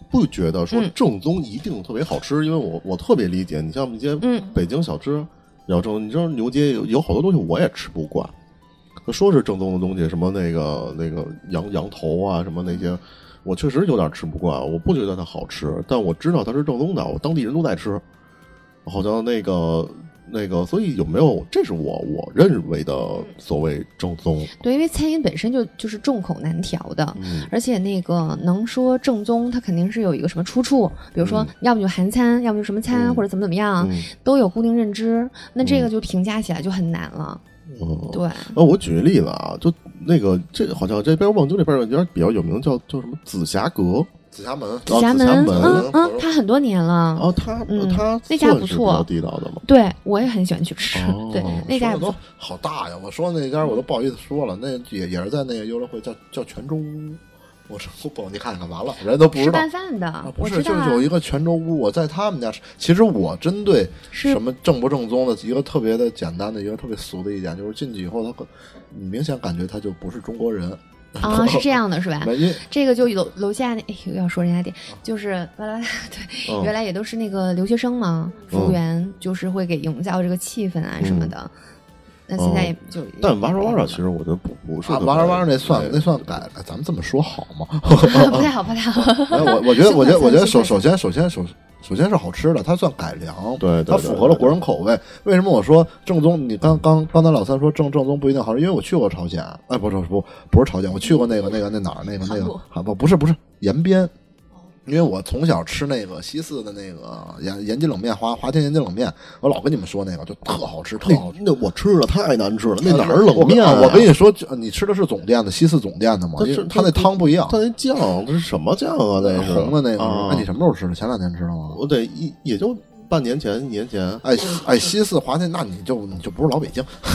S3: 不觉得说
S6: 嗯
S3: 正宗一定特别好吃，因为我我特别理解，你像一些
S6: 嗯
S3: 北京小吃，比较正宗，你知道牛街有有好多东西我也吃不惯，就说是正宗的东西，什么那个那个羊羊头啊，什么那些，我确实有点吃不惯，我不觉得它好吃，但我知道它是正宗的，我当地人都在吃，好像那个。那个，所以有没有？这是我我认为的所谓正宗。
S6: 对，因为餐饮本身就就是众口难调的，
S3: 嗯，
S6: 而且那个能说正宗，它肯定是有一个什么出处，比如说，
S5: 嗯
S6: 要么就韩餐，要么就什么餐，
S3: 嗯
S6: 或者怎么怎么样，
S3: 嗯
S6: 都有固定认知，那这个
S3: 嗯
S6: 就评价起来就很难了。
S3: 哦，
S6: 对，
S3: 那我举个例子啊，就那个这好像这边望京这边有一家比较有名叫叫什么紫霞阁，
S5: 紫霞门，
S3: 紫
S6: 霞门，
S3: 门，
S5: 哦
S6: 嗯嗯，它很多年了。
S3: 然后啊它
S6: 嗯
S3: 它
S6: 那家
S3: 算
S6: 不
S3: 是
S6: 错
S3: 比较地道的嘛，
S6: 对，我也很喜欢去吃。
S3: 哦
S6: 对，那家也不
S5: 说的
S6: 错
S5: 都。好大呀！我说那家我都不好意思说了，那也也是在那个优乐会叫叫泉州屋，我说不，你看看完了，人都不
S6: 是
S5: 知道
S6: 拌。饭的，
S5: 啊，不
S6: 我
S5: 是，
S6: 知道、
S5: 就是有一个泉州屋，我在他们家吃。其实我针对
S6: 是
S5: 什么正不正宗的一个特别的简单的一个特别俗的一点，就是进去以后，他可你明显感觉他就不是中国人
S6: 啊，是这。样的，是吧？
S5: 没因为
S6: 这个就楼楼下那、哎、又要说人家店，就是哇啦啦，对，
S3: 嗯
S6: 原来也都是那个留学生嘛，服
S3: 嗯
S6: 务员就是会给营造这个气氛啊什么的。那现在也就、
S3: 嗯但哇啦哇啦其实我觉得不不是
S5: 啊
S3: 特别
S5: 哇啦哇啦那算
S3: 对
S5: 那算改了，咱们这么说好吗？
S3: [LAUGHS]
S6: 不太好，不太
S5: [LAUGHS]
S6: 好。
S5: 哎，我我觉得，我觉得，我觉得首
S6: 新款
S5: 首先首先首首先是好吃的，它算改良，
S3: 对对
S5: 它符合了国人口味。为什么我说正宗？你刚刚刚才老三说正正宗不一定好吃，因为我去过朝鲜，哎，不是不不是朝鲜，我去过那个那个那哪儿那个那
S2: 韩
S5: 个
S2: 国哦
S5: 韩国，不是不是延边。因为我从小吃那个西四的那个延延津冷面，华华天延津冷面，我老跟你们说那个，就特好吃，特好吃。
S3: 那那我吃了太难吃了，那哪儿
S5: 我
S3: 冷
S5: 跟
S3: 面啊？
S5: 我跟你说，就你吃的是总店的西四总店的吗？
S3: 它
S5: 因
S3: 是
S5: 为它那汤不一样
S3: 它，那酱这是什么酱啊？那是
S5: 红的那个。
S3: 啊
S5: 哎，你什么时候吃的？前两天吃的吗？
S3: 我得一也就半年前、一年
S5: [LAUGHS]
S3: 前，
S5: 哎哎，西四华那，那你就你就不是老北京，
S3: 不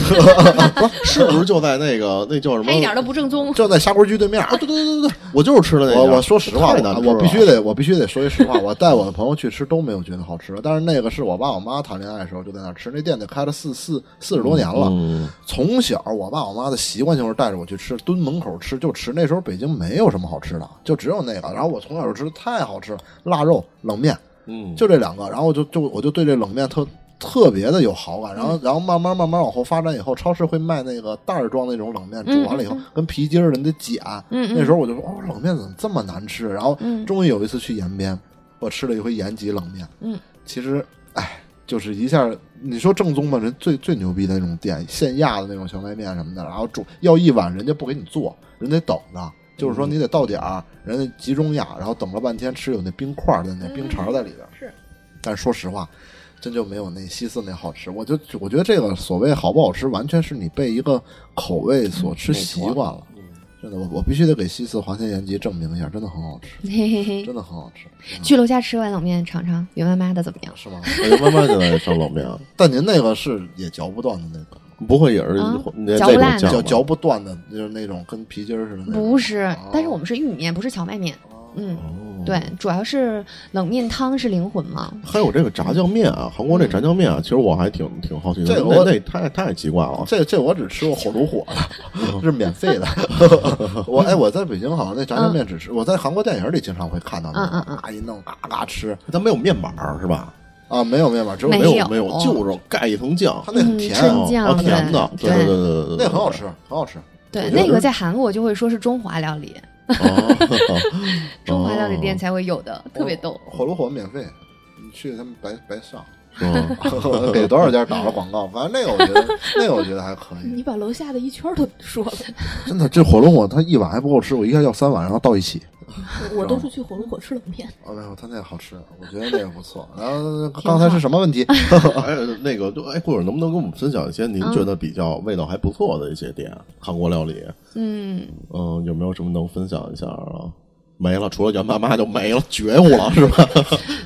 S3: 是是不是就在那个那叫什么
S6: 他？一点都不正宗。
S5: 就在砂锅居对面儿。
S3: 啊，对对对对对，我就是吃的那家。
S5: 我我说实话，
S3: 太难吃了
S5: 我我必须得我必须得说句实话，我带我的朋友去吃都没有觉得好吃，但是那个是我爸我妈谈恋爱的时候就在那儿吃，那店得开了四四四十多年了。
S3: 嗯
S5: 从小我爸我妈的习惯就是带着我去吃，蹲门口吃就吃。那时候北京没有什么好吃的，就只有那个。然后我从小就吃的太好吃了，腊肉、冷面
S3: 嗯，
S5: 就这两个。然后我就就我就对这冷面特。特别的有好感，
S6: 嗯
S5: 然后然后慢慢慢慢往后发展以后，超市会卖那个袋儿装那种冷面，煮完了以后跟皮筋儿的你得夹，
S6: 嗯
S5: 那
S6: 嗯
S5: 时候我就说，哦，冷面怎么这么难吃？然后
S6: 嗯
S5: 终于有一次去延边，我吃了一回延吉冷面。
S6: 嗯，
S5: 其实，哎，就是一下，你说正宗吧，人最最牛逼的那种店，现压的那种荞麦面什么的，然后煮要一碗，人家不给你做，人得等着。就是
S6: 嗯
S5: 说，你得到点儿，人家集中压，然后等了半天，吃有那冰块儿在那
S6: 嗯
S5: 冰碴儿在里边儿。
S2: 是，
S5: 但说实话，真就没有那西四那好吃。我就我觉得这个所谓好不好吃，完全是你被一个口味
S6: 嗯
S5: 所吃习惯了。真的，我我必须得给西四华县延吉证明一下，真的很好吃，
S6: 嘿嘿嘿，
S5: 真的很好吃，真的
S6: 去楼下吃碗冷面尝尝袁妈妈的怎么样？
S5: 是吗？
S3: 我 [LAUGHS] 就慢慢就在上冷面，
S5: 但您那个是也嚼不断的那个，
S3: 不会也是
S6: 啊
S3: 那那
S6: 嚼不
S3: 种
S6: 烂
S3: 酱
S5: 嚼
S3: 吗
S5: 嚼不断的，就是那种跟皮筋儿似的
S3: 嗯
S5: 那种。
S6: 不是，但是我们是玉米面，不是荞麦面。
S3: 哦
S6: 嗯，对，主要是冷面汤是灵魂嘛。
S3: 还有这个炸酱面啊，韩国这炸酱面啊，其实我还挺挺好奇的。
S5: 这个
S3: 那
S5: 我
S3: 那太太奇怪了，
S5: 这这我只吃过火炉火的，是免费的。 [LAUGHS] 我哎，我在北京好像那炸酱面只吃，我在韩国电影里经常会看到
S6: 嗯
S5: 那种，
S6: 嗯嗯
S5: 啊一弄嘎嘎吃
S3: 它没有面板儿是吧？
S5: 啊，没有没有吧，只有
S6: 没
S3: 没
S6: 有
S3: 没有，就是盖一层酱
S5: 它，那
S6: 嗯
S5: 很甜
S6: 吃
S5: 啊，
S3: 哦
S6: 酱
S3: 哦甜的，
S6: 对
S3: 对对对对对，对
S5: 那很好。吃，很好吃。
S6: 对，
S3: 我觉得
S6: 那个在韩国就会说是中华料理，
S3: 嗯哦
S6: [LAUGHS] 中华料理店才会有的，特别逗。
S5: 火炉火免费，你去他们白白
S6: [LAUGHS]
S5: 上，
S3: 是 [LAUGHS] 吗
S5: 给多少家打了广告，反正那个我觉得那个我觉得还可
S2: 你
S5: 以。
S2: 把楼下的一圈儿都说了，
S5: 真的，这火炉火它一碗还不够吃，我一下要三碗，然后倒一起。
S2: 我都是去火龙果吃冷面。
S5: 哦，没有，它那个好吃，我觉得那个不错。然
S6: [LAUGHS]
S5: 后刚才是什么问题？
S3: 哎，那个，就哎，或者能不能跟我们分享一些您
S6: 嗯
S3: 觉得比较味道还不错的一些店，韩国料理？
S6: 嗯，
S3: 嗯，有没有什么能分享一下啊？没了，除了袁妈妈就没了，觉悟了是吧？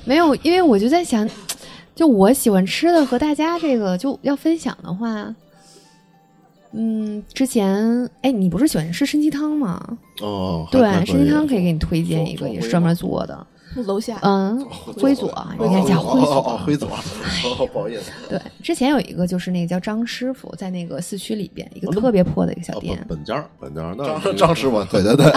S6: 没有，因为我就在想，就我喜欢吃的和大家这个就要分享的话，嗯，之前哎，你不是喜欢吃参鸡汤吗？
S3: 哦，
S6: 对
S3: 还还，
S6: 参鸡汤可
S3: 以
S6: 以给你推
S3: 做
S6: 荐一个，
S3: 做哦
S6: 也是
S3: 回
S6: 专
S3: 吗
S6: 门做的。
S2: 楼下
S6: 嗯，徽佐，应该叫徽
S5: 哦哦哦
S6: 佐。
S5: 辉
S6: [LAUGHS]
S5: 佐，哦不好意思，
S6: 对，之前有一个就是那个叫张师傅，在那个四区里边一个
S3: 哦那
S6: 特别破的一个小
S3: 哦
S6: 店
S3: 本。本家儿本家儿那
S5: 张
S3: 是
S5: 张师傅，对
S6: [LAUGHS]
S5: 对对，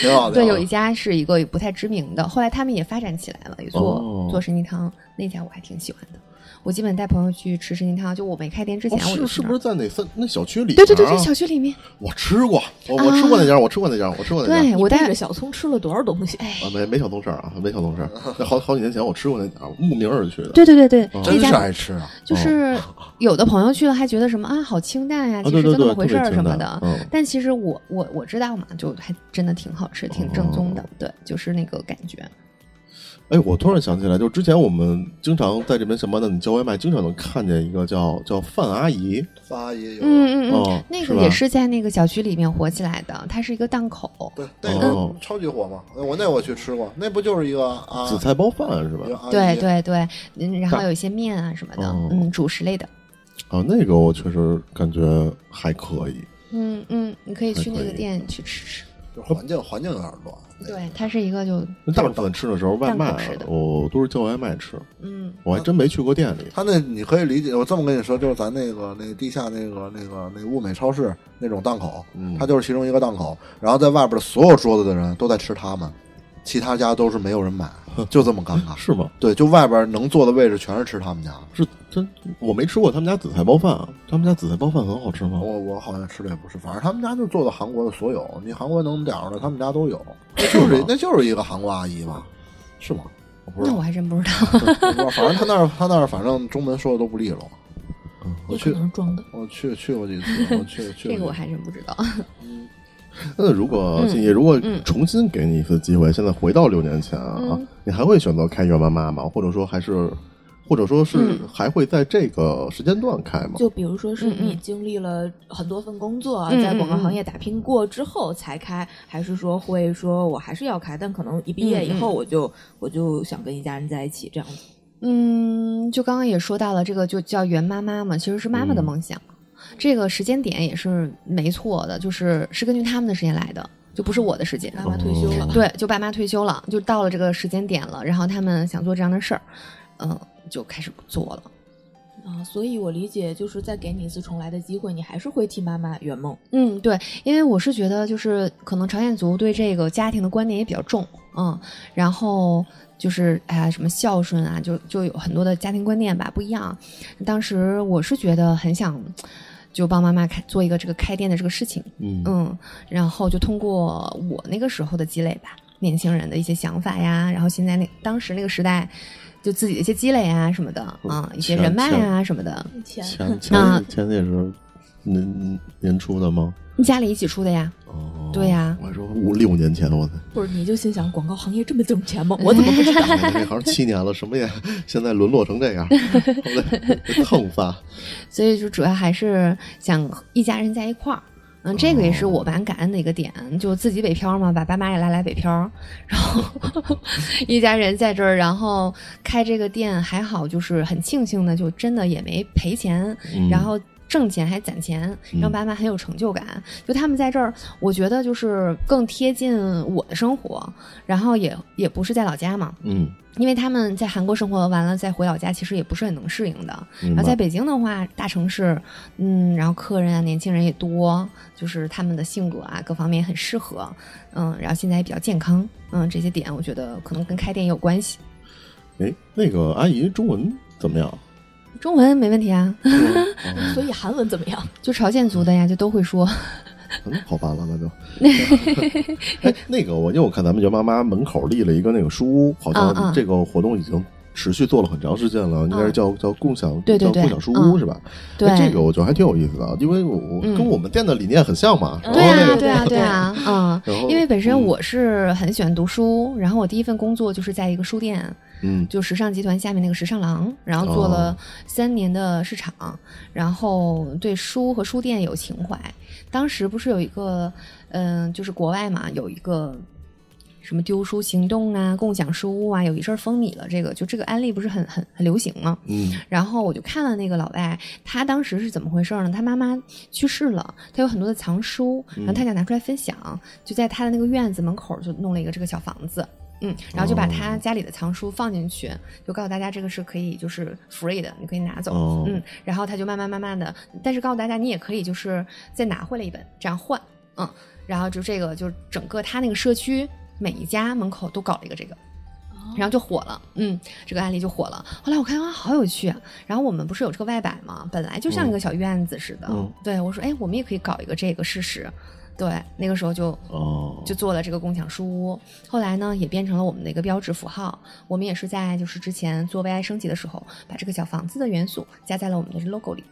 S5: 挺好的。
S6: 对，有一家是一个不太知名的，后来他们也发展起来了，也做、
S3: 哦
S6: 做参鸡汤，那家我还挺喜欢的。我基本带朋友去吃参鸡汤，就我没开店之前
S3: 哦
S6: 我就是去
S3: 是
S6: 那
S3: 不
S6: 儿。
S3: 是在哪分那小区里、啊？
S6: 对对对对，小区里面，
S3: 我吃过，我我吃过那家，我吃过那家，我吃过那家。
S6: 对我
S2: 你背
S6: 带
S2: 着小葱吃了多少东西？
S3: 啊，没没小东事儿啊，没小东事儿。 [LAUGHS] 那好好几年前我吃过那家，慕名而去的。
S6: 对对对对，那
S5: 真是
S6: 家
S5: 爱吃啊！
S3: 哦
S6: 就是有的朋友去了还觉得什么啊好清淡呀、
S3: 啊，
S6: 其
S3: 对
S6: 实
S3: 对
S6: 就那
S3: 对，
S6: 么回事
S3: 特
S6: 儿
S3: 别
S6: 什么
S3: 清
S6: 的。
S3: 淡嗯
S6: 但其实我我我知道嘛，就还真的挺好吃，挺正宗
S3: 哦
S6: 的，对，就是那个感觉。
S3: 哎，我突然想起来，就是之前我们经常在这边上班的，你叫外卖经常能看见一个叫叫范阿姨，
S5: 范阿姨
S6: 嗯
S5: 有
S6: 嗯嗯，
S3: 哦，
S6: 那
S3: 是
S6: 个
S3: 吧
S6: 也是在那个小区里面火起来的，它是一个档口。
S5: 对那
S3: 哦
S5: 个超级火嘛，我那我去吃过，那不就是一个啊
S3: 紫菜包饭是吧
S5: 一？个阿姨
S6: 对对对，嗯，然后
S3: 大
S6: 有一些面啊什么的
S3: 哦，
S6: 嗯，主食类的，
S3: 啊，那个我确实感觉还可以。
S6: 嗯嗯，你可以
S3: 还
S6: 去那
S3: 可
S6: 个
S3: 以
S6: 店去吃吃。
S5: 就环境环境有点乱。那个，
S6: 对，它是一个就
S3: 那大部分吃的时候外卖
S6: 档口吃的，
S3: 我都是叫外卖吃，
S6: 嗯
S3: 我还真没去过店里。
S5: 他那你可以理解，我这么跟你说，就是咱那个那个地下那个那个那个物美超市那种档口，
S3: 嗯
S5: 它就是其中一个档口，然后在外边的所有桌子的人都在吃他们，其他家都是没有人买，就这么尴
S6: 啊
S5: 尬。
S3: 是吗？
S5: 对，就外边能坐的位置全是吃他们家的。
S3: 是真，我没吃过他们家紫菜包饭，啊他们家紫菜包饭很好吃吗？
S5: 我我好像吃的也不是，反正他们家就做的韩国的所有，你韩国能点儿的他们家都有，那就是那就是一个韩国阿姨吧，是吗？我不知
S6: 那 [LAUGHS]
S5: 道，
S6: 我还真不知道。
S5: 我不知道反正他那儿他那儿反正中文说的都不利落。我
S2: 有可
S5: 去
S2: 能是装的。
S5: 我去去过几次，我去去过几次。
S6: 这个我还真不 [LAUGHS] 知道。
S3: 那如
S6: 嗯
S3: 果静怡，如果重新给你一次机会，现在回到六年前啊
S6: 嗯，
S3: 你还会选择开袁妈妈吗？或者说还是，或者说是
S6: 嗯
S3: 还会在这个时间段开吗？
S2: 就比如说是
S6: 嗯嗯
S2: 你经历了很多份工作，啊
S6: 嗯
S2: 在
S6: 嗯
S2: 广告
S6: 嗯
S2: 行业打拼过之后才开，还是说
S6: 嗯
S2: 会说我还是要开，但可能一毕业以后我就、我就想跟一家人在一起这样子。
S6: 嗯，就刚刚也说到了，这个就叫圆妈妈嘛，其实是妈妈
S3: 嗯
S6: 的梦想。这个时间点也是没错的，就是是根据他们的时间来的，就不是我的时间。
S2: 妈
S3: 哦
S2: 妈退休了，
S6: 对，就爸妈退休了，就到了这个时间点了，然后他们想做这样的事儿，嗯，就开始做了。
S2: 啊，所以我理解就是再给你一次重来的机会，你还是会替妈妈圆梦。
S6: 嗯，对，因为我是觉得就是可能朝鲜族对这个家庭的观念也比较重，嗯，然后就是哎呀什么孝顺啊，就就有很多的家庭观念吧不一样。当时我是觉得很想就帮妈妈开做一个这个开店的这个事情，
S3: 嗯
S6: 嗯，然后就通过我那个时候的积累吧，年轻人的一些想法呀，然后现在那当时那个时代。就自己的一些积累啊什么的啊、一些
S3: 是
S6: 人脉
S3: 是
S6: 啊什么的，
S2: 前
S3: 前前
S6: 啊
S3: 前也是年年初的吗？
S6: 家里一起出的呀，
S3: 哦，
S6: 对呀
S3: 我还说五六年前，
S6: [LAUGHS]
S3: 我操，
S2: 不是你就心想广告行业这么挣钱吗？我怎么不知道？
S3: 这行七年了，什么也现在沦落成这样， [LAUGHS] 对蹭发，
S6: 所以就主要还是想一家人在一块儿。嗯，这个也是我蛮感恩的一个点，就自己北漂嘛，把爸妈也拉来北漂，然后一家人在这儿，然后开这个店还好，就是很庆幸的，就真的也没赔钱，
S3: 嗯
S6: 然后挣钱还攒钱，让爸妈很有成就感。就他们在这儿，我觉得就是更贴近我的生活，然后也也不是在老家嘛，
S3: 嗯，
S6: 因为他们在韩国生活完了再回老家，其实也不是很能适应的，
S3: 明
S6: 然
S3: 白
S6: 后在北京的话，大城市，嗯，然后客人啊，年轻人也多，就是他们的性格啊，各方面也很适合，嗯，然后现在也比较健康，嗯，这些点我觉得可能跟开店也有关系。
S3: 哎，那个阿姨中文怎么样？
S6: 中文没问题啊， [LAUGHS]
S2: 所以韩文怎么样？
S6: 就朝鲜族的呀，就都会说。
S3: 那嗯好办了，那
S6: [LAUGHS]
S3: 就。哎，那个我因为我看咱们袁妈妈门口立了一个那个书屋，好
S6: 嗯
S3: 像
S6: 嗯
S3: 这个活动已经持续做了很长时间了，应该是叫叫共享
S6: 对对
S3: 叫
S6: 对
S3: 共享书屋
S6: 嗯
S3: 是吧？
S6: 对
S3: 哎这个我觉得还挺有意思的，因为我我
S6: 嗯
S3: 跟我们店的理念很像嘛。然后
S6: 对
S3: 那
S6: 啊，
S3: 个
S6: 对啊，对啊，嗯。
S3: 然后
S6: 因为本身我是很喜欢读书，然后我第一份工作就是在一个书店，
S3: 嗯
S6: 就时尚集团下面那个时尚郎，然后做了三年的市场，然后对书和书店有情怀。当时不是有一个，嗯、就是国外嘛，有一个什么丢书行动啊、共享书屋啊，有一阵儿风靡了这个，就这个案例不是很很很流行吗？
S3: 嗯
S6: 然后我就看了那个老外，他当时是怎么回事呢？他妈妈去世了，他有很多的藏书，然后他想拿出来分享，就在他的那个院子门口就弄了一个这个小房子。嗯，然后就把他家里的藏书放进去，就告诉大家这个是可以就是 free 的，你可以拿走。
S3: 哦
S6: 嗯，然后他就慢慢慢慢的，但是告诉大家你也可以就是再拿回来一本，这样换。嗯，然后就这个就是整个他那个社区每一家门口都搞了一个这个，然后就火了，嗯，这个案例就火了。后来我看啊，好有趣、啊。然后我们不是有这个外摆吗？本来就像一个小院子似的。
S3: 嗯
S6: 对我说，哎，我们也可以搞一个这个试试。对，那个时候就
S3: 哦，
S6: 就做了这个共享书屋。后来呢，也变成了我们的一个标志符号。我们也是在就是之前做 VI 升级的时候，把这个小房子的元素加在了我们的 logo 里。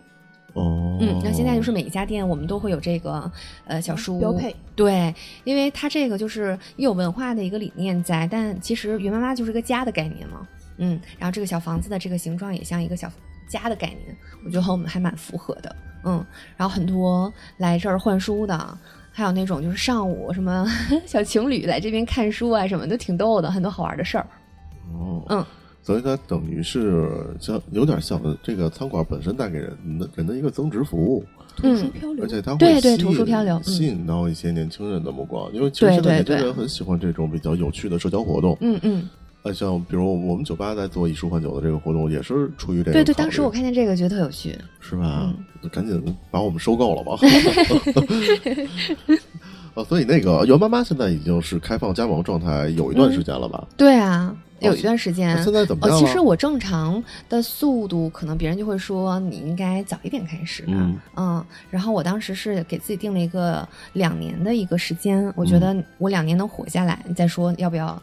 S3: 哦，
S6: 嗯，那现在就是每一家店我们都会有这个呃小书屋
S2: 嗯标配，
S6: 对，因为它这个就是也有文化的一个理念在，但其实袁妈妈就是一个家的概念嘛，嗯，然后这个小房子的这个形状也像一个小家的概念，我觉得和我们还蛮符合的，嗯，然后很多来这儿换书的。还有那种就是上午什么 [LAUGHS] 小情侣来这边看书啊什么的，挺逗的，很多好玩的事儿。
S3: 哦，
S6: 嗯，
S3: 所以它等于是像有点像这个餐馆本身带给人的人的一个增值服务，
S2: 图书
S6: 嗯
S2: 漂流，
S3: 而且它会
S6: 对对
S3: 吸
S6: 图书
S3: 引
S6: 漂流嗯
S3: 吸引到一些年轻人的目光，因为其实
S6: 对
S3: 现在年轻
S6: 对对
S3: 人很喜欢这种比较有趣的社交活动。
S6: 嗯嗯，
S3: 呃，像比如我们酒吧在做以书换酒的这个活动，也是出于这个
S6: 对对，
S3: 考虑
S6: 当时我嗯看见这个觉得特有趣。
S3: 是吧？赶紧把我们收购了吧。哦，所以那个袁妈妈现在已经是开放加盟状态有一段时间了吧？
S6: 对啊，有一
S3: 哦
S6: 段时间。
S3: 那现在怎么
S6: 哦，
S3: 样了？
S6: 其实我正常的速度，可能别人就会说你应该早一点开始。啊
S3: 嗯
S6: 然后我当时是给自己定了一个两年的一个时间，我
S3: 嗯
S6: 觉得我两年能活下来，再说要不要。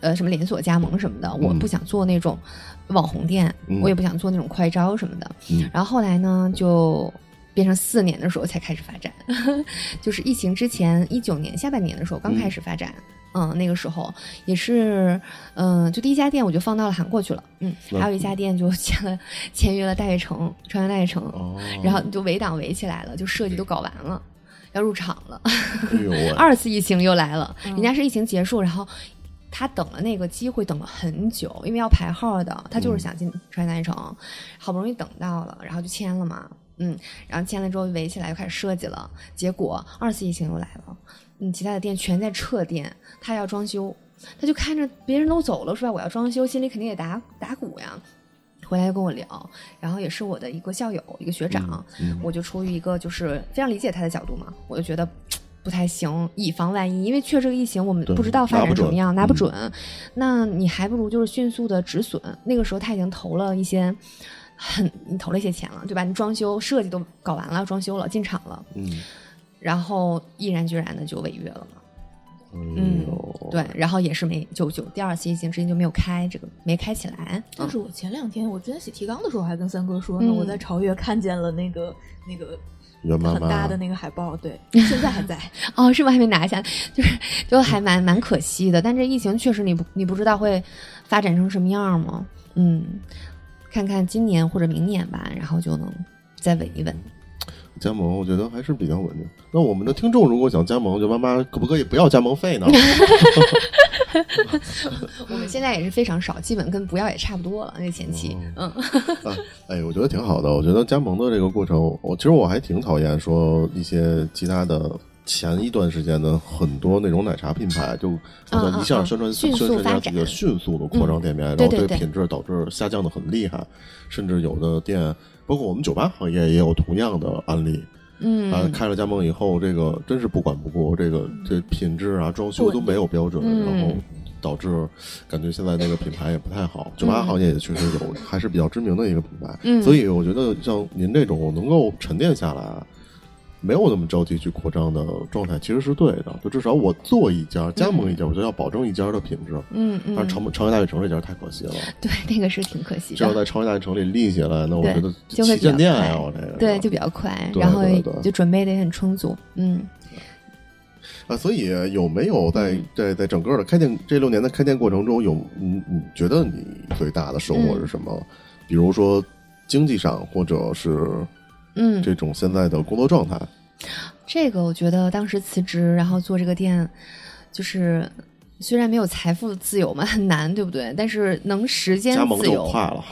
S6: 呃，什么连锁加盟什么的，我
S3: 嗯
S6: 不想做那种网红店，
S3: 嗯
S6: 我也不想做那种快招什么的。
S3: 嗯
S6: 然后后来呢，就变成四年的时候才开始发展， [LAUGHS] 就是疫情之前一九年下半年的时候刚开始发展。嗯那个时候也是，嗯、就第一家店我就放到了韩国去了，嗯，
S3: 嗯
S6: 还有一家店就签了签约了大悦城，川原大悦城，
S3: 哦，
S6: 然后就围挡围起来了，就设计都搞完了，要入场了。
S3: 哎呦喂，
S6: [LAUGHS] 二次疫情又来了，人家是疫情结束，然后他等了那个机会等了很久，因为要排号的，他就是想进川菜城，好不容易等到了，然后就签了嘛，嗯，然后签了之后围起来就开始设计了，结果二次疫情又来了，嗯，其他的店全在撤店，他要装修，他就看着别人都走了，是吧？我要装修，心里肯定也打打鼓呀。回来就跟我聊，然后也是我的一个校友，一个学长，
S3: 嗯
S6: 我就出于一个就是非常理解他的角度嘛，我就觉得。嘖不太行，以防万一，因为确实这个疫情，我们
S3: 对
S6: 不知道发
S3: 拿不
S6: 展怎
S3: 准
S6: 么样，拿不
S3: 嗯
S6: 准。那你还不如就是迅速的止损。那个时候他已经投了一些，很你投了一些钱了，对吧？你装修设计都搞完了，装修了，进场了，
S3: 嗯，
S6: 然后毅然决然的就违约了
S3: 哎
S6: 嘛。嗯
S3: 呦，，
S6: 对，然后也是没就就第二次疫情之前就没有开，这个没开起来。
S2: 但是我前两天我之前写提纲的时候还跟三哥说呢，
S6: 嗯
S2: 我在朝越看见了那个那个
S3: 袁妈
S2: 很大
S3: 妈
S2: 的那个海报，
S6: [LAUGHS]
S2: 对，现在还在。
S6: 哦，是吗？还没拿下，就是就还蛮蛮可惜的。但这疫情确实你不你不知道会发展成什么样吗？嗯，看看今年或者明年吧，然后就能再稳一稳。
S3: 加盟，我觉得还是比较稳定。那我们的听众如果想加盟，就妈妈可不可以不要加盟费
S6: [LAUGHS]
S3: 呢？
S6: 我们现在也是非常少，基本跟不要也差不多了。那前期，嗯，
S3: 啊，哎，我觉得挺好的。我觉得加盟的这个过程，我其实我还挺讨厌说一些其他的。前一段时间的很多那种奶茶品牌，就好像一
S6: 嗯嗯
S3: 下
S6: 嗯
S3: 宣传
S6: 迅
S3: 宣
S6: 速
S3: 传
S6: 发
S3: 下自己的
S6: 展嗯
S3: 迅速的扩张店面，然
S6: 对
S3: 后
S6: 对
S3: 这
S6: 对
S3: 品质导致下降的很厉害，甚至有的店，包括我们酒吧行业也有同样的案例。
S6: 嗯
S3: 啊，开了加盟以后，这个真是不管不顾，这个这品质啊、装修都没有标准，
S6: 嗯
S3: 然后导致感觉现在那个品牌也不太好。酒吧行业也确实有，还是比较知名的一个品牌，
S6: 嗯
S3: 所以我觉得像您这种能够沉淀下来。没有那么着急去扩张的状态，其实是对的。就至少我做一家加盟一家，我就要保证一家的品质。
S6: 嗯
S3: 但是
S6: 嗯，
S3: 长长安大悦城这家太可惜了，
S6: 对，那个是挺可惜
S3: 这要
S6: 的。
S3: 在长安大悦城里立起来，那我
S6: 对
S3: 觉得
S6: 就会
S3: 旗
S6: 比较
S3: 舰店呀，
S6: 快
S3: 啊我这个
S6: 对，
S3: 是
S6: 就比较快，
S3: 对
S6: 然后
S3: 对对
S6: 就准备的也很充足。嗯，
S3: 啊，所以有没有在在在整个的开店这六年的开店过程中有，你你觉得你最大的收获是什么？比如说经济上，或者是
S6: 嗯
S3: 这种现在的工作状态，
S6: 这个我觉得当时辞职，然后做这个店，就是虽然没有财富自由嘛，很难，对不对？但是能时间
S3: 加盟
S6: 自
S3: 就
S6: 由
S3: 快，了。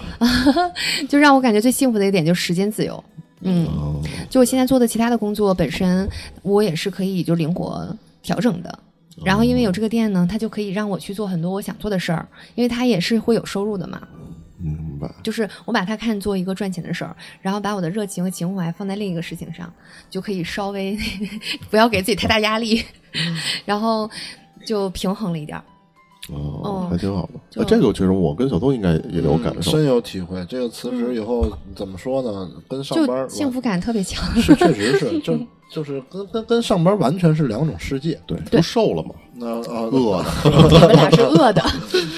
S6: 就让我感觉最幸福的一点就是时间自由。嗯，
S3: 哦，
S6: 就我现在做的其他的工作本身，我也是可以就灵活调整的。
S3: 哦
S6: 然后因为有这个店呢，它就可以让我去做很多我想做的事儿，因为它也是会有收入的嘛。
S3: 明白。
S6: 就是我把它看作一个赚钱的事儿，然后把我的热情和情怀放在另一个事情上，就可以稍微 [LAUGHS] 不要给自己太大压力， [LAUGHS] 然后就平衡了一点儿。
S3: 哦
S6: 哦，
S3: 还挺好的。
S6: 就
S3: 那
S6: 嗯
S3: 这个确实，我跟小东应该也有感受。
S5: 嗯深有体会。这个辞职以后怎么说呢？跟上班
S6: 就
S5: 儿
S6: 幸福感特别
S5: [LAUGHS]
S6: 强。
S5: 是确实是，就就是跟跟跟上班完全是两种世界。
S3: 对，不嗯瘦了嘛，
S5: 那啊， [LAUGHS]
S3: 饿的。
S6: 你们俩是饿的，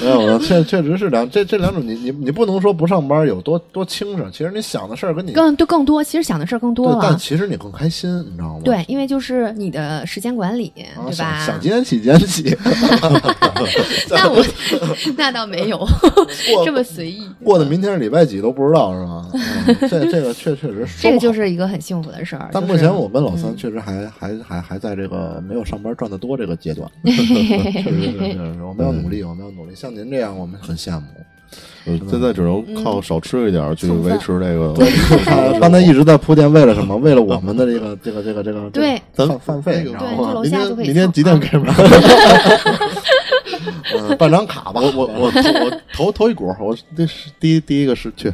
S5: 没有，确确实是两这这两种，你你你不能说不上班有多多轻省，其实你想的事儿跟你
S6: 更就更多，其实想的事儿更多
S5: 对，但
S6: 了。
S5: 其实你更开心，你知道吗？
S6: 对，因为就是你的时间管理，
S5: 啊，
S6: 对
S5: 想想
S6: 吧？
S5: 几点起几点起，
S6: [LAUGHS] 那
S5: [LAUGHS]
S6: 我那倒没有这么随意，
S5: 过的明天是礼拜几都不知道是吗？嗯这这个确确实说不好，
S6: 这个就是一个很幸福的事儿。
S5: 但
S6: 就
S5: 目
S6: 是
S5: 前我跟老三确实还、还还还在这个没有上班赚得多这个阶段，确实是，确实是，我们要努力，我们要努力。像您这样，我们很羡慕。
S3: 嗯现在只能靠少吃一点儿去
S6: 嗯
S3: 维持这个。
S5: 他刚才一直在铺垫，为了什么？为了我们的这个这个这个这个
S6: 对
S5: 这
S3: [LAUGHS] 咱
S5: 个饭饭费，你知道
S6: 对
S5: 吗
S6: 就楼
S3: 明
S6: 下就
S3: 天
S6: 可以
S3: 明天
S6: 蹭
S3: 几点
S6: [LAUGHS]
S3: 开门？
S5: 嗯办张卡吧。
S3: 我我我投我投投一股，我那是第一第一个是去，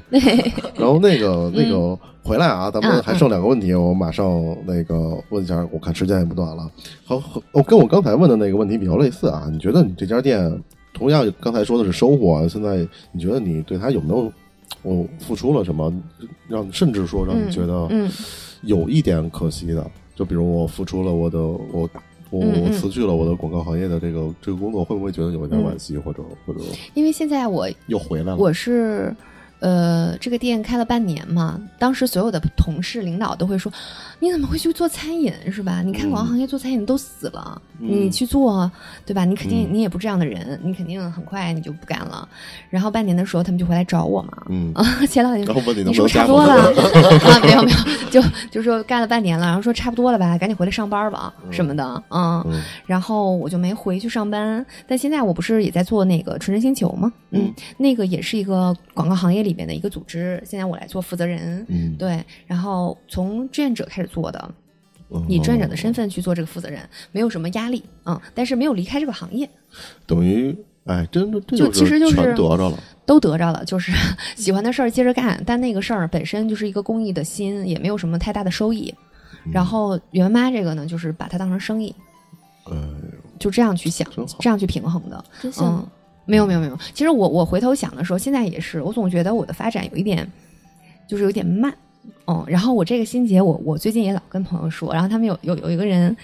S3: 然后那
S6: 嗯
S3: 个那个回来啊，咱们还剩两个问题，我马上那个问一下，我看时间也不短了。好，好哦，跟我刚才问的那个问题比较类似啊，你觉得你这家店，同样刚才说的是收获啊，现在你觉得你对它有没有？我付出了什么，让甚至说让你觉得
S6: 嗯
S3: 有一点可惜的，就比如我付出了我的我我
S6: 嗯嗯
S3: 我辞去了我的广告行业的这个这个工作，会不会觉得有一点惋惜，或者或者
S6: 因为现在我
S3: 又回来了？
S6: 我是呃，这个店开了半年嘛，当时所有的同事领导都会说，你怎么会去做餐饮是吧？你看广告行业做餐饮都死了，
S3: 嗯
S6: 你去做对吧？你肯定、你也不是这样的人，你肯定很快你就不干了。然后半年的时候他们就回来找我嘛，
S3: 嗯
S6: 啊， [LAUGHS] 前两年
S3: 然后问你能
S6: 你是
S3: 不能
S6: 不是
S3: 加
S6: 差不多
S3: 盟
S6: 了 [LAUGHS] 啊？没有没有，就就说干了半年了，然后说差不多了吧，赶紧回来上班吧什么的，嗯。
S3: 嗯
S6: 然后我就没回去上班，但现在我不是也在做那个纯真星球吗？嗯，
S3: 嗯
S6: 那个也是一个广告行业里面的一个组织，现在我来做负责人。
S3: 嗯，
S6: 对，然后从志愿者开始做的，
S3: 嗯
S6: 以志愿者的身份去做这个负责人，没有什么压力，嗯，但是没有离开这个行业，
S3: 等于哎，真的这
S6: 就其实就是
S3: 全得着了，
S6: 都得着了，就是
S3: 嗯
S6: [LAUGHS] 喜欢的事儿接着干，但那个事儿本身就是一个公益的心，也没有什么太大的收益。然后袁妈这个呢，就是把它当成生意，
S3: 嗯，
S6: 就这样去想
S3: 真好，
S6: 这样去平衡的。
S2: 真羡慕
S6: 嗯，没有没有没有。其实我我回头想的时候，现在也是，我总觉得我的发展有一点，就是有点慢。嗯，然后我这个心结，我我最近也老跟朋友说，然后他们有有有一个人，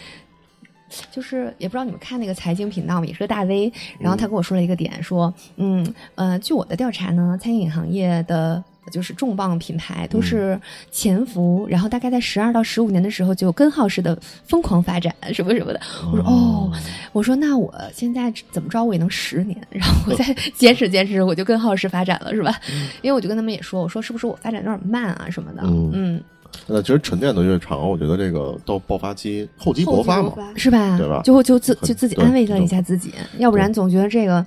S6: 就是也不知道你们看那个财经频道嘛，也是个大 V，然后他跟我说了一个点，说，嗯呃，据我的调查呢，餐饮行业的。就是重磅品牌都是潜伏，然后大概在十二到十五年的时候就根号式的疯狂发展，什么什么的。我说哦，我说那我现在怎么着我也能十年，然后
S3: 哦
S6: 我再坚持坚持，我就跟浩石发展了，是吧？因为我就跟他们也说，我说是不是我发展有点慢啊什么的，
S3: 嗯
S6: 嗯，
S3: 那其实沉淀的越长，我觉得这个到爆发期后期
S2: 厚
S3: 勃
S2: 积
S3: 发
S2: 薄
S3: 嘛， [LAUGHS]
S2: 发
S6: 是吧？
S3: 对吧
S6: 就就自
S3: 很
S6: 就自己
S3: 对
S6: 安慰了一下自己，要不然总觉得这个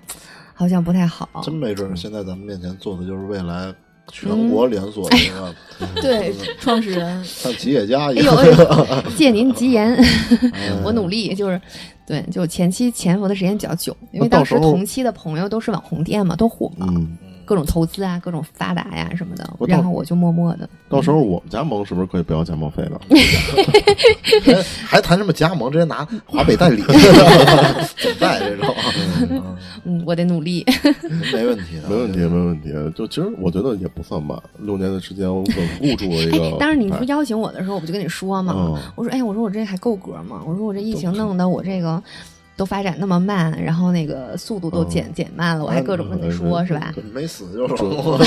S6: 好像不太好。
S5: [LAUGHS] 真没准儿现在咱们面前坐的就是未来
S6: 嗯
S5: 全国连锁的一
S6: [LAUGHS]
S5: 个，
S2: [LAUGHS] 对，创始 [LAUGHS] 人
S5: 像企业家一
S6: 哎呦，
S5: 样。
S6: 哎呦 [LAUGHS] 借您吉言，
S3: 嗯
S5: 哎
S6: 我努力就是，对，就前期潜伏的时间比较久，因为
S3: 那到
S6: 当
S3: 时
S6: 时
S3: 候
S6: 同期的朋友都是网红店嘛，都火嘛，
S3: 嗯，
S6: 各种投资啊，各种发达呀、什么的，
S3: 我到
S6: 然后我就默默的，
S3: 到时候我们加盟是不是可以不要加盟费
S6: [LAUGHS]
S3: 了？
S5: 哎 [LAUGHS] 还谈什么加盟？直接拿华北
S6: [LAUGHS]
S5: 代理总代这种，嗯
S6: 嗯，我得努力。
S5: [LAUGHS] 没问题的，啊
S3: 没问题，没问题。就其实我觉得也不算慢，六年的时间稳
S6: [LAUGHS]
S3: 固住了一个。
S6: 哎
S3: 哎
S6: 当时你不邀请我的时候，我不就跟你说嘛，
S3: 嗯
S6: 我说哎，我说我这还够格吗？我说我这疫情弄得我这个都发展那么慢，然后那个速度都减、减慢了，我还各种跟你说、
S3: 嗯
S6: 是吧？
S5: 没死就
S3: [LAUGHS]
S5: 是了。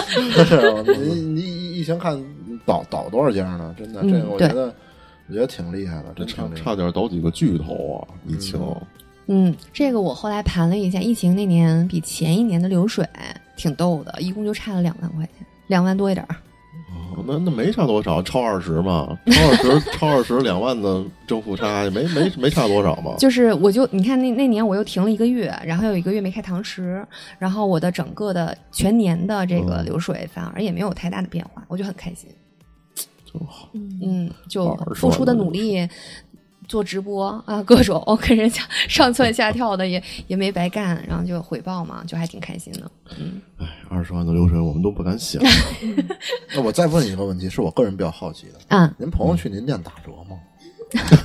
S5: [LAUGHS] 是啊你你疫情看倒倒多少家呢？真的，
S6: 嗯
S5: 这个我
S6: 对
S5: 觉得我觉得挺厉害的，
S3: 这
S5: 真
S3: 差
S5: 挺厉害
S3: 差。点倒几个巨头啊！疫情，
S6: 嗯，这个我后来盘了一下，疫情那年比前一年的流水挺逗的，一共就差了两万块钱，两万多一点儿。
S3: 哦那那没差多少，超二十嘛，超二十， [LAUGHS] 超二十两万的正负差也没没没差多少嘛。
S6: 就是我就你看那那年我又停了一个月，然后有一个月没开堂食，然后我的整个的全年的这个
S3: 嗯
S6: 流水反而也没有太大的变化，我就很开心。
S3: 真好，
S6: 嗯，就
S3: 20
S6: 付出的
S3: 万的
S6: 努力，做直播啊，各种 [LAUGHS] 跟人家上蹿下跳的也也没白干，然后就有回报嘛，就还挺开心的。
S3: 哎，二十万的流水我们都不敢
S6: [LAUGHS]
S3: 想。
S5: 那我再问一个问题，是我个人比较好奇的，
S6: 嗯，
S5: 您朋友去您店打折吗？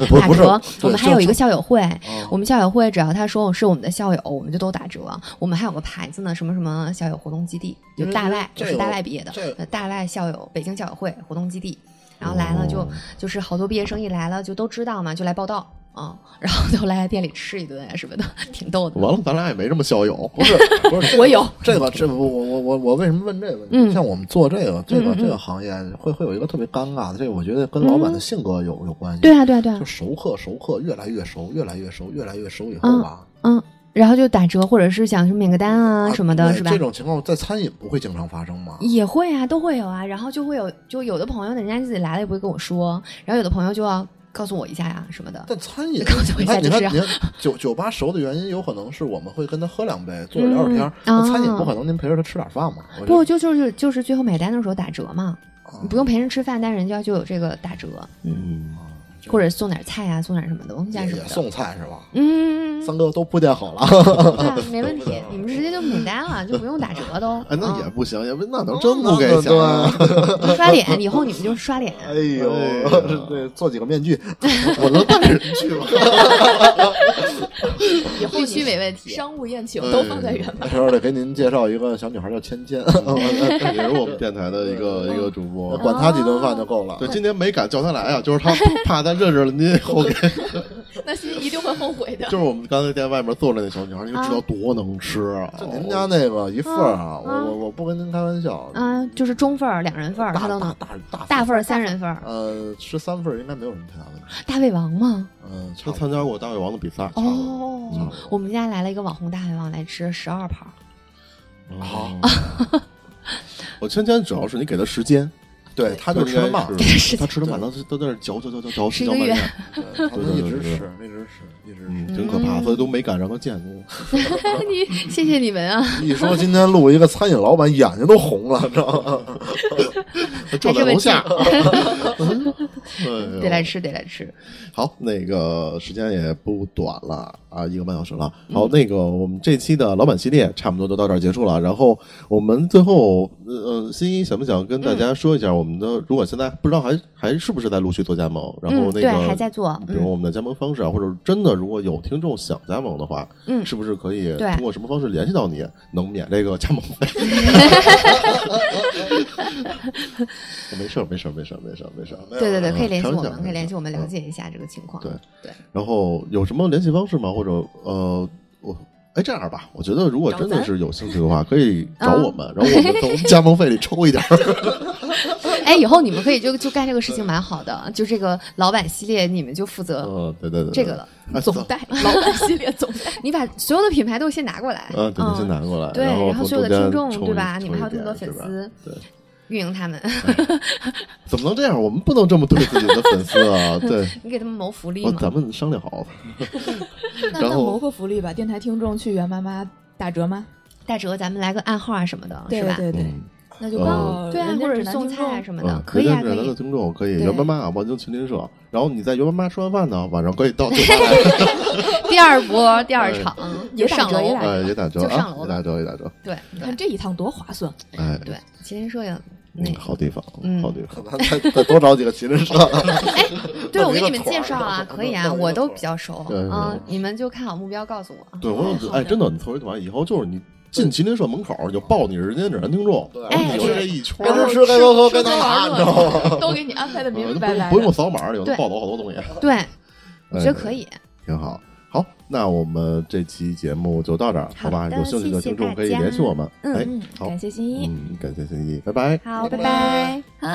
S5: 不
S6: 打
S5: 不是
S6: 折，，我
S5: 对
S6: 们还有一个
S5: 就嗯
S6: 校友会，我们校友会只要他说是我们的校友，我们就都打折。我们还有个牌子呢，什么什么校友活动基地，就
S5: 因为
S6: 大外，
S5: 嗯这
S6: 我
S5: 个
S6: 是大外毕业的
S5: 这，
S6: 呃大外校友北京校友会活动基地，然后来了就、
S3: 哦
S6: 就是好多毕业生一来了就都知道嘛，就来报道啊、然后就来店里吃一顿啊什么的，挺逗的。
S5: 哦
S3: 完了，咱俩也没这么校友。
S5: 不是不
S6: [LAUGHS]
S5: 是，
S6: 我有
S5: 这个这个我我我我为什么问这个问题？
S6: 嗯
S5: 像我们做这个这
S6: 嗯
S5: 个
S6: 嗯
S5: 这个行业，会会有一个特别尴尬的，这个我觉得跟老板的性格有有关系。
S6: 对啊，对啊，对啊
S5: 就，熟客熟客越来越熟，越来越熟，越来越熟以后吧，
S6: 嗯，然后就打折，或者是想去免个单啊
S5: 啊
S6: 什么的，
S5: 对
S6: 是吧
S5: 这？种情况在餐饮不会经常发生吗？
S6: 也会啊，都会有啊。然后就会有，就有的朋友呢，人家自己来了也不会跟我说，然后有的朋友就要告诉我一下呀、什么的。
S5: 但餐饮，
S6: 告诉我一
S5: 你
S6: 下啊
S5: 看，你
S6: 就是
S5: 看，
S6: 要
S5: 你看，酒酒吧熟的原因，有可能是我们会跟他喝两杯，坐着聊会儿天儿。
S6: 嗯
S5: 那餐饮
S6: 啊
S5: 不可能您陪着他吃点饭嘛？我觉
S6: 不，
S5: 得啊
S6: 就就是就是最后买单的时候打折嘛，你不用陪人吃饭，但人家就有这个打折，
S3: 嗯，
S6: 或者送点菜啊，送点什么东西啊
S5: 也
S6: 什
S5: 也
S6: 么的。
S5: 送菜是吧？
S6: 嗯，
S5: 三哥都铺垫好了，
S6: 对
S5: [LAUGHS]
S6: 啊，没问题，你们直接就免单了，就不用打折都。
S3: 哎，那也不行，也不那
S6: 哦
S3: 能真
S5: 真
S3: 不
S5: 不
S3: 给
S5: 给
S3: 钱
S5: 钱
S3: 啊
S5: 啊？
S6: 嗯刷脸，以后你们就是刷脸。
S5: [LAUGHS] 哎呦
S3: 哎 [LAUGHS] 呀，
S5: 这做几个面具，
S3: 我能带人去吗？
S2: 以后
S6: 必
S2: 你
S6: 须没问题
S2: 商务宴请都放在原版。
S5: 到时候得给您介绍一个小女孩叫芊芊，
S3: 嗯
S5: [LAUGHS]
S3: 哦也是我
S6: 嗯
S3: 们电台的一个一个主播。 [LAUGHS]
S5: 管她几顿饭就够了。
S3: 哦对，今天没敢叫他来啊，就是他怕他认识了您以后给， [LAUGHS]
S2: 那心一定会后悔的
S3: 就。是我们刚才在外面坐着那小女孩，你就知道多能吃啊！
S5: 就您家那个一份儿啊，我
S6: 啊
S5: 我我不跟您开玩笑，
S6: 啊，就是中份儿、两人份儿，他
S5: 大
S6: 都能
S5: 大。大大
S6: 嗯大份儿、三人份儿，
S5: 呃，吃三份儿应该没有什么太大问题。
S6: 大胃王吗？
S5: 嗯，差
S3: 他
S5: 不多
S3: 参加过大胃王的比赛
S6: 哦
S3: 嗯，
S6: 我们家来了一个网红大胃王来吃十二盘儿，
S3: 啊！我芊芊主要是你给他时间，
S5: 对，他就吃的慢，
S3: 应该
S6: 给
S3: 是
S6: 他
S3: 他
S6: 时间。
S3: 吃的慢，他都在那嚼嚼嚼嚼嚼，
S6: 吃一
S3: 嚼
S6: 个
S3: 半
S6: 月
S3: 天
S5: 对他
S3: 对
S5: 们
S3: 对
S5: 一直
S3: 对对
S5: 吃，一直吃，一直
S6: [LAUGHS]
S5: 吃。
S3: 嗯，真可怕，
S6: 嗯
S3: 所以都没敢让他见你。
S6: 你谢谢你们啊，
S5: 一说今天录一个餐饮老板，眼睛都红了，知道吗？ [LAUGHS]
S3: 他坐在楼
S6: [LAUGHS]
S3: 下， [LAUGHS] 对
S6: 得来吃得来吃。
S3: 好，那个时间也不短了啊，一个半小时了。
S6: 嗯
S3: 好，那个我们这期的老板系列差不多就到这儿结束了。然后我们最后，呃呃，新一想不想跟大家说一下我们的？如果现在不知道还还是不是在陆续做加盟，然后
S6: 嗯，
S3: 那
S6: 对，
S3: 个、
S6: 还在做。
S3: 比如
S6: 嗯
S3: 我们的加盟方式啊，或者真的如果有听众想加盟的话，
S6: 嗯
S3: 是不是可以
S6: 对
S3: 通过什么方式联系到你，能免这个加盟
S6: [LAUGHS]
S3: 费？没事儿，没事儿，没事儿，没事儿，没事儿。
S6: 对对对，可以联
S3: 开
S6: 系
S3: 玩
S6: 我
S3: 笑
S6: 们，可以联系我们
S3: 开
S6: 了
S3: 玩笑
S6: 解一下这个情况。
S3: 对
S6: 对，
S3: 然后有什么联系方式吗？或者呃，我哎这样吧，我觉得如果真的是有兴趣
S6: [LAUGHS]
S3: 的话，可以找我
S6: 嗯
S3: 们，然后我们从加盟费里抽一点儿。
S6: [LAUGHS] 哎，以后你们可以就就干这个事情，蛮好的。就这个老板系列，你们就负责
S3: 嗯，对对对，对
S6: 这个了。
S3: 哎
S2: 总
S3: [LAUGHS]
S2: 代老板系列总代，
S6: 你把所有的品牌都先拿过来，
S3: 嗯，对，你先拿过来，
S6: 对
S3: 然
S6: 然后
S3: 从
S6: 所有的
S3: 中间
S6: 听众
S3: 抽一
S6: 对吧
S3: 抽
S6: 你们还有
S3: 一
S6: 这么多
S3: 点是
S6: 粉
S3: 吧
S6: 丝
S3: 对。
S6: 运营
S3: [LAUGHS]
S6: 他们，
S3: 怎么能这样？我们不能这么对自己的粉丝啊！
S6: [LAUGHS]
S3: 对，
S6: 你给他们谋福利
S3: 哦，
S6: 嘛。
S3: 咱们商量好了。
S2: 那
S3: 然
S2: 那
S3: 后
S2: 谋个福利吧，电台听众去袁妈妈打折吗？
S6: 大哲，咱们来个暗号啊什么的，
S2: 对
S6: 是吧？
S2: 对对，
S3: 嗯，
S2: 那就
S3: 呃
S2: 报
S6: 对啊，
S2: 人
S6: 或
S2: 家
S6: 者
S2: 指
S6: 是
S2: 南
S6: 送
S2: 听
S6: 菜啊
S2: 众
S6: 什么的
S3: 嗯，
S6: 可以啊，
S3: 原
S6: 可
S3: 来的
S6: 以。
S3: 听众可以
S6: 对
S3: 袁妈妈啊，望京群林社，然后你在袁妈妈吃完饭呢，晚上可以到酒吧来，
S6: [LAUGHS] 第二波，第二场
S2: 也
S6: 就
S2: 打
S6: 上
S2: 折也
S6: 楼
S2: 打，
S3: 哎，也打折
S6: 就
S3: 啊
S6: 上，楼
S3: 也
S6: 了
S3: 打折，也打折，
S6: 对
S2: 你
S6: 对
S2: 看这一趟多划算，
S3: 哎，
S6: 对，麒麟摄影那
S3: 嗯，好地方，
S6: 嗯
S3: 好地方。
S5: 咱再再多找几个麒麟社。
S6: 哎对，我给你
S5: 弄一个
S6: 们
S5: 团
S6: 介
S5: 儿
S6: 绍啊，
S5: 弄
S6: 可以
S5: 弄
S6: 啊，
S5: 一个
S6: 我都
S5: 团儿
S6: 比较熟
S3: 对对
S6: 啊
S3: 对，
S6: 你们就看好目标告诉我。
S3: 对，我
S2: 好的
S3: 哎，真的，你凑一团，以后就是你进麒麟社门口你就报你是人家指南听众，
S5: 对
S3: 然后你就
S6: 哎
S3: 这一圈
S5: 该
S2: 然
S3: 儿，
S2: 后
S5: 吃吃该喝喝该
S2: 吃喝
S5: 拿拿，
S2: 玩
S5: 你
S2: 乐
S5: 知道吗？
S2: 都给你安排的
S3: 嗯
S2: 明明
S3: 就
S2: 白白
S3: 不
S2: 的，
S3: 不用扫码，有能
S6: 对
S3: 报走好多东西。
S6: 对，我觉
S3: 哎
S6: 得可以。
S3: 挺好。好，那我们这期节目就到这儿，好吧？
S6: 好的
S3: 有兴趣的听众可以
S6: 谢谢大家
S3: 联系我们。
S6: 嗯
S3: 哎
S2: 嗯，，
S3: 好
S2: 感，谢新一。
S3: 嗯，感谢心意，拜拜。
S6: 好，拜
S5: 拜
S6: 拜。
S4: 花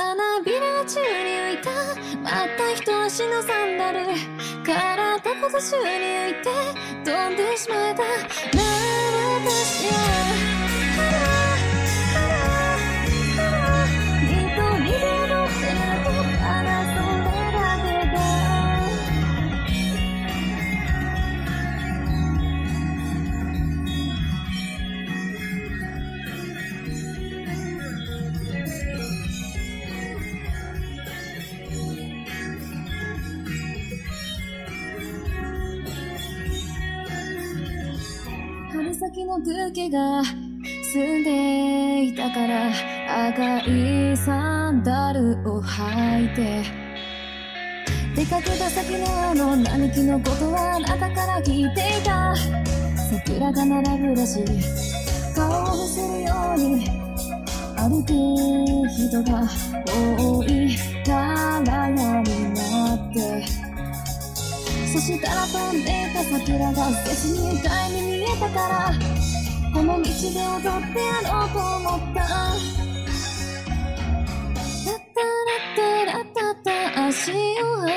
S4: びら宙に浮いたまた一足のサンダル体ほど宙に浮いて飛んでしまえたなあ私はハローハローハロー一人での手と争んでだけだ春先の空気が澄んでいたから赤いサンダルを履いて出かけた先のあの並木のことはあなたから聞いていた桜が並ぶらしい顔を伏せるように歩く人が多いからやになってそしたら飛んでいた桜が別に向かいに見えたからこの道で踊ってやろうと思ったタタラタラタタ足を運ぶ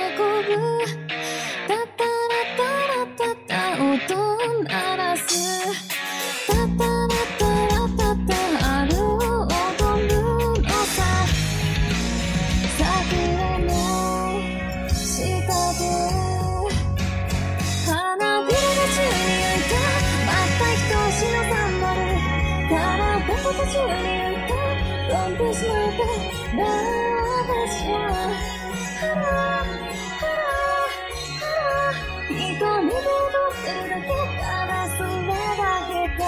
S4: タタラタラタタ音を鳴らすタタラタラタタあるを踊るのさ桜の下で花びらが宙に浮いたまた一押しのサンダル体ごと宙に浮いた飛んでしまったな私はハローハローハロー一人で踊ってるだけからそれだけだ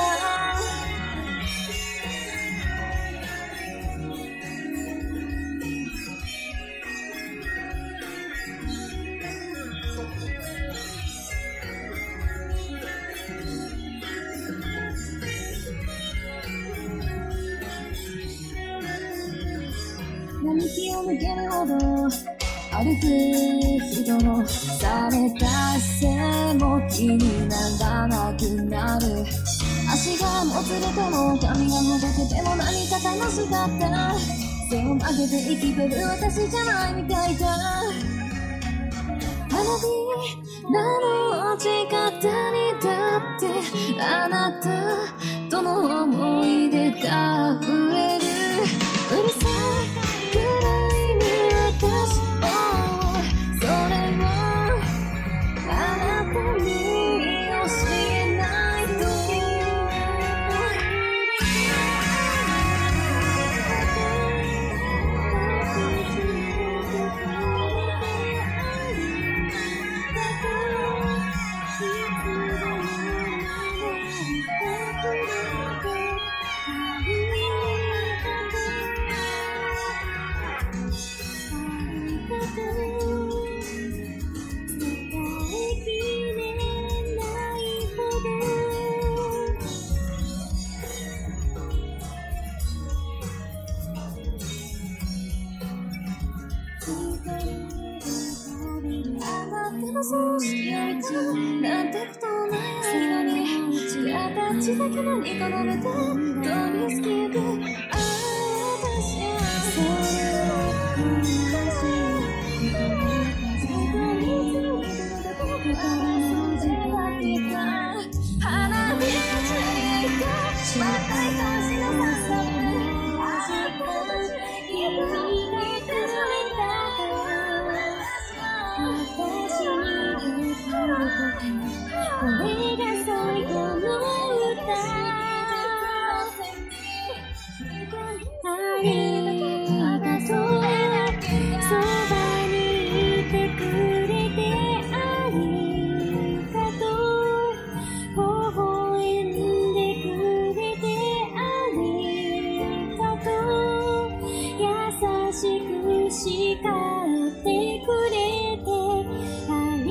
S4: 並木を抜けるほど歩く人のされた背も気にならなくなる足がもつれても髪がもどくても何か楽しかった背を曲げて生きてる私じゃないみたいだ花火なの落ち方にだってあなたとの思い出が溢れるうるさいくらいに私をそれをあなたに教えないとあなたの葬式よりかなんてことないのに形だけ何かのめて飛びつきゆくああ私はそれを花火が散りたまた愛しのささあなたのあがそばにいてくれてありがとう微笑んでくれてありがとう優しく叱ってくれてあり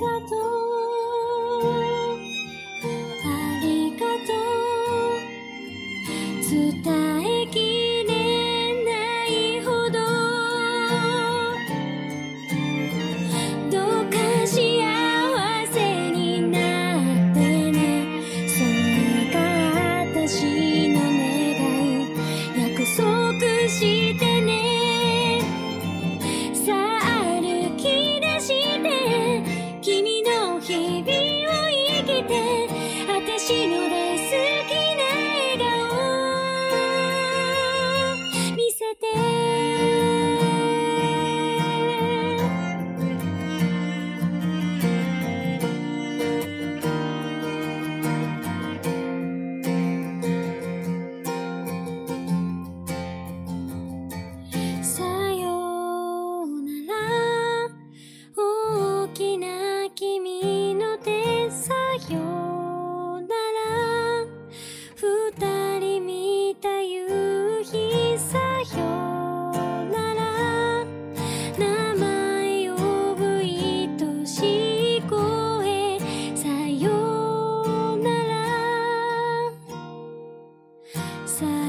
S4: がとうありがとう伝えきれないほどどうか幸せになってねそれが私の願い約束してねさあ歩き出して君の日々を生きて私の大好きな笑顔見せてさようなら大きな君の手さようなら二人見た夕日さようなら名前呼ぶ愛しい声さようならさよ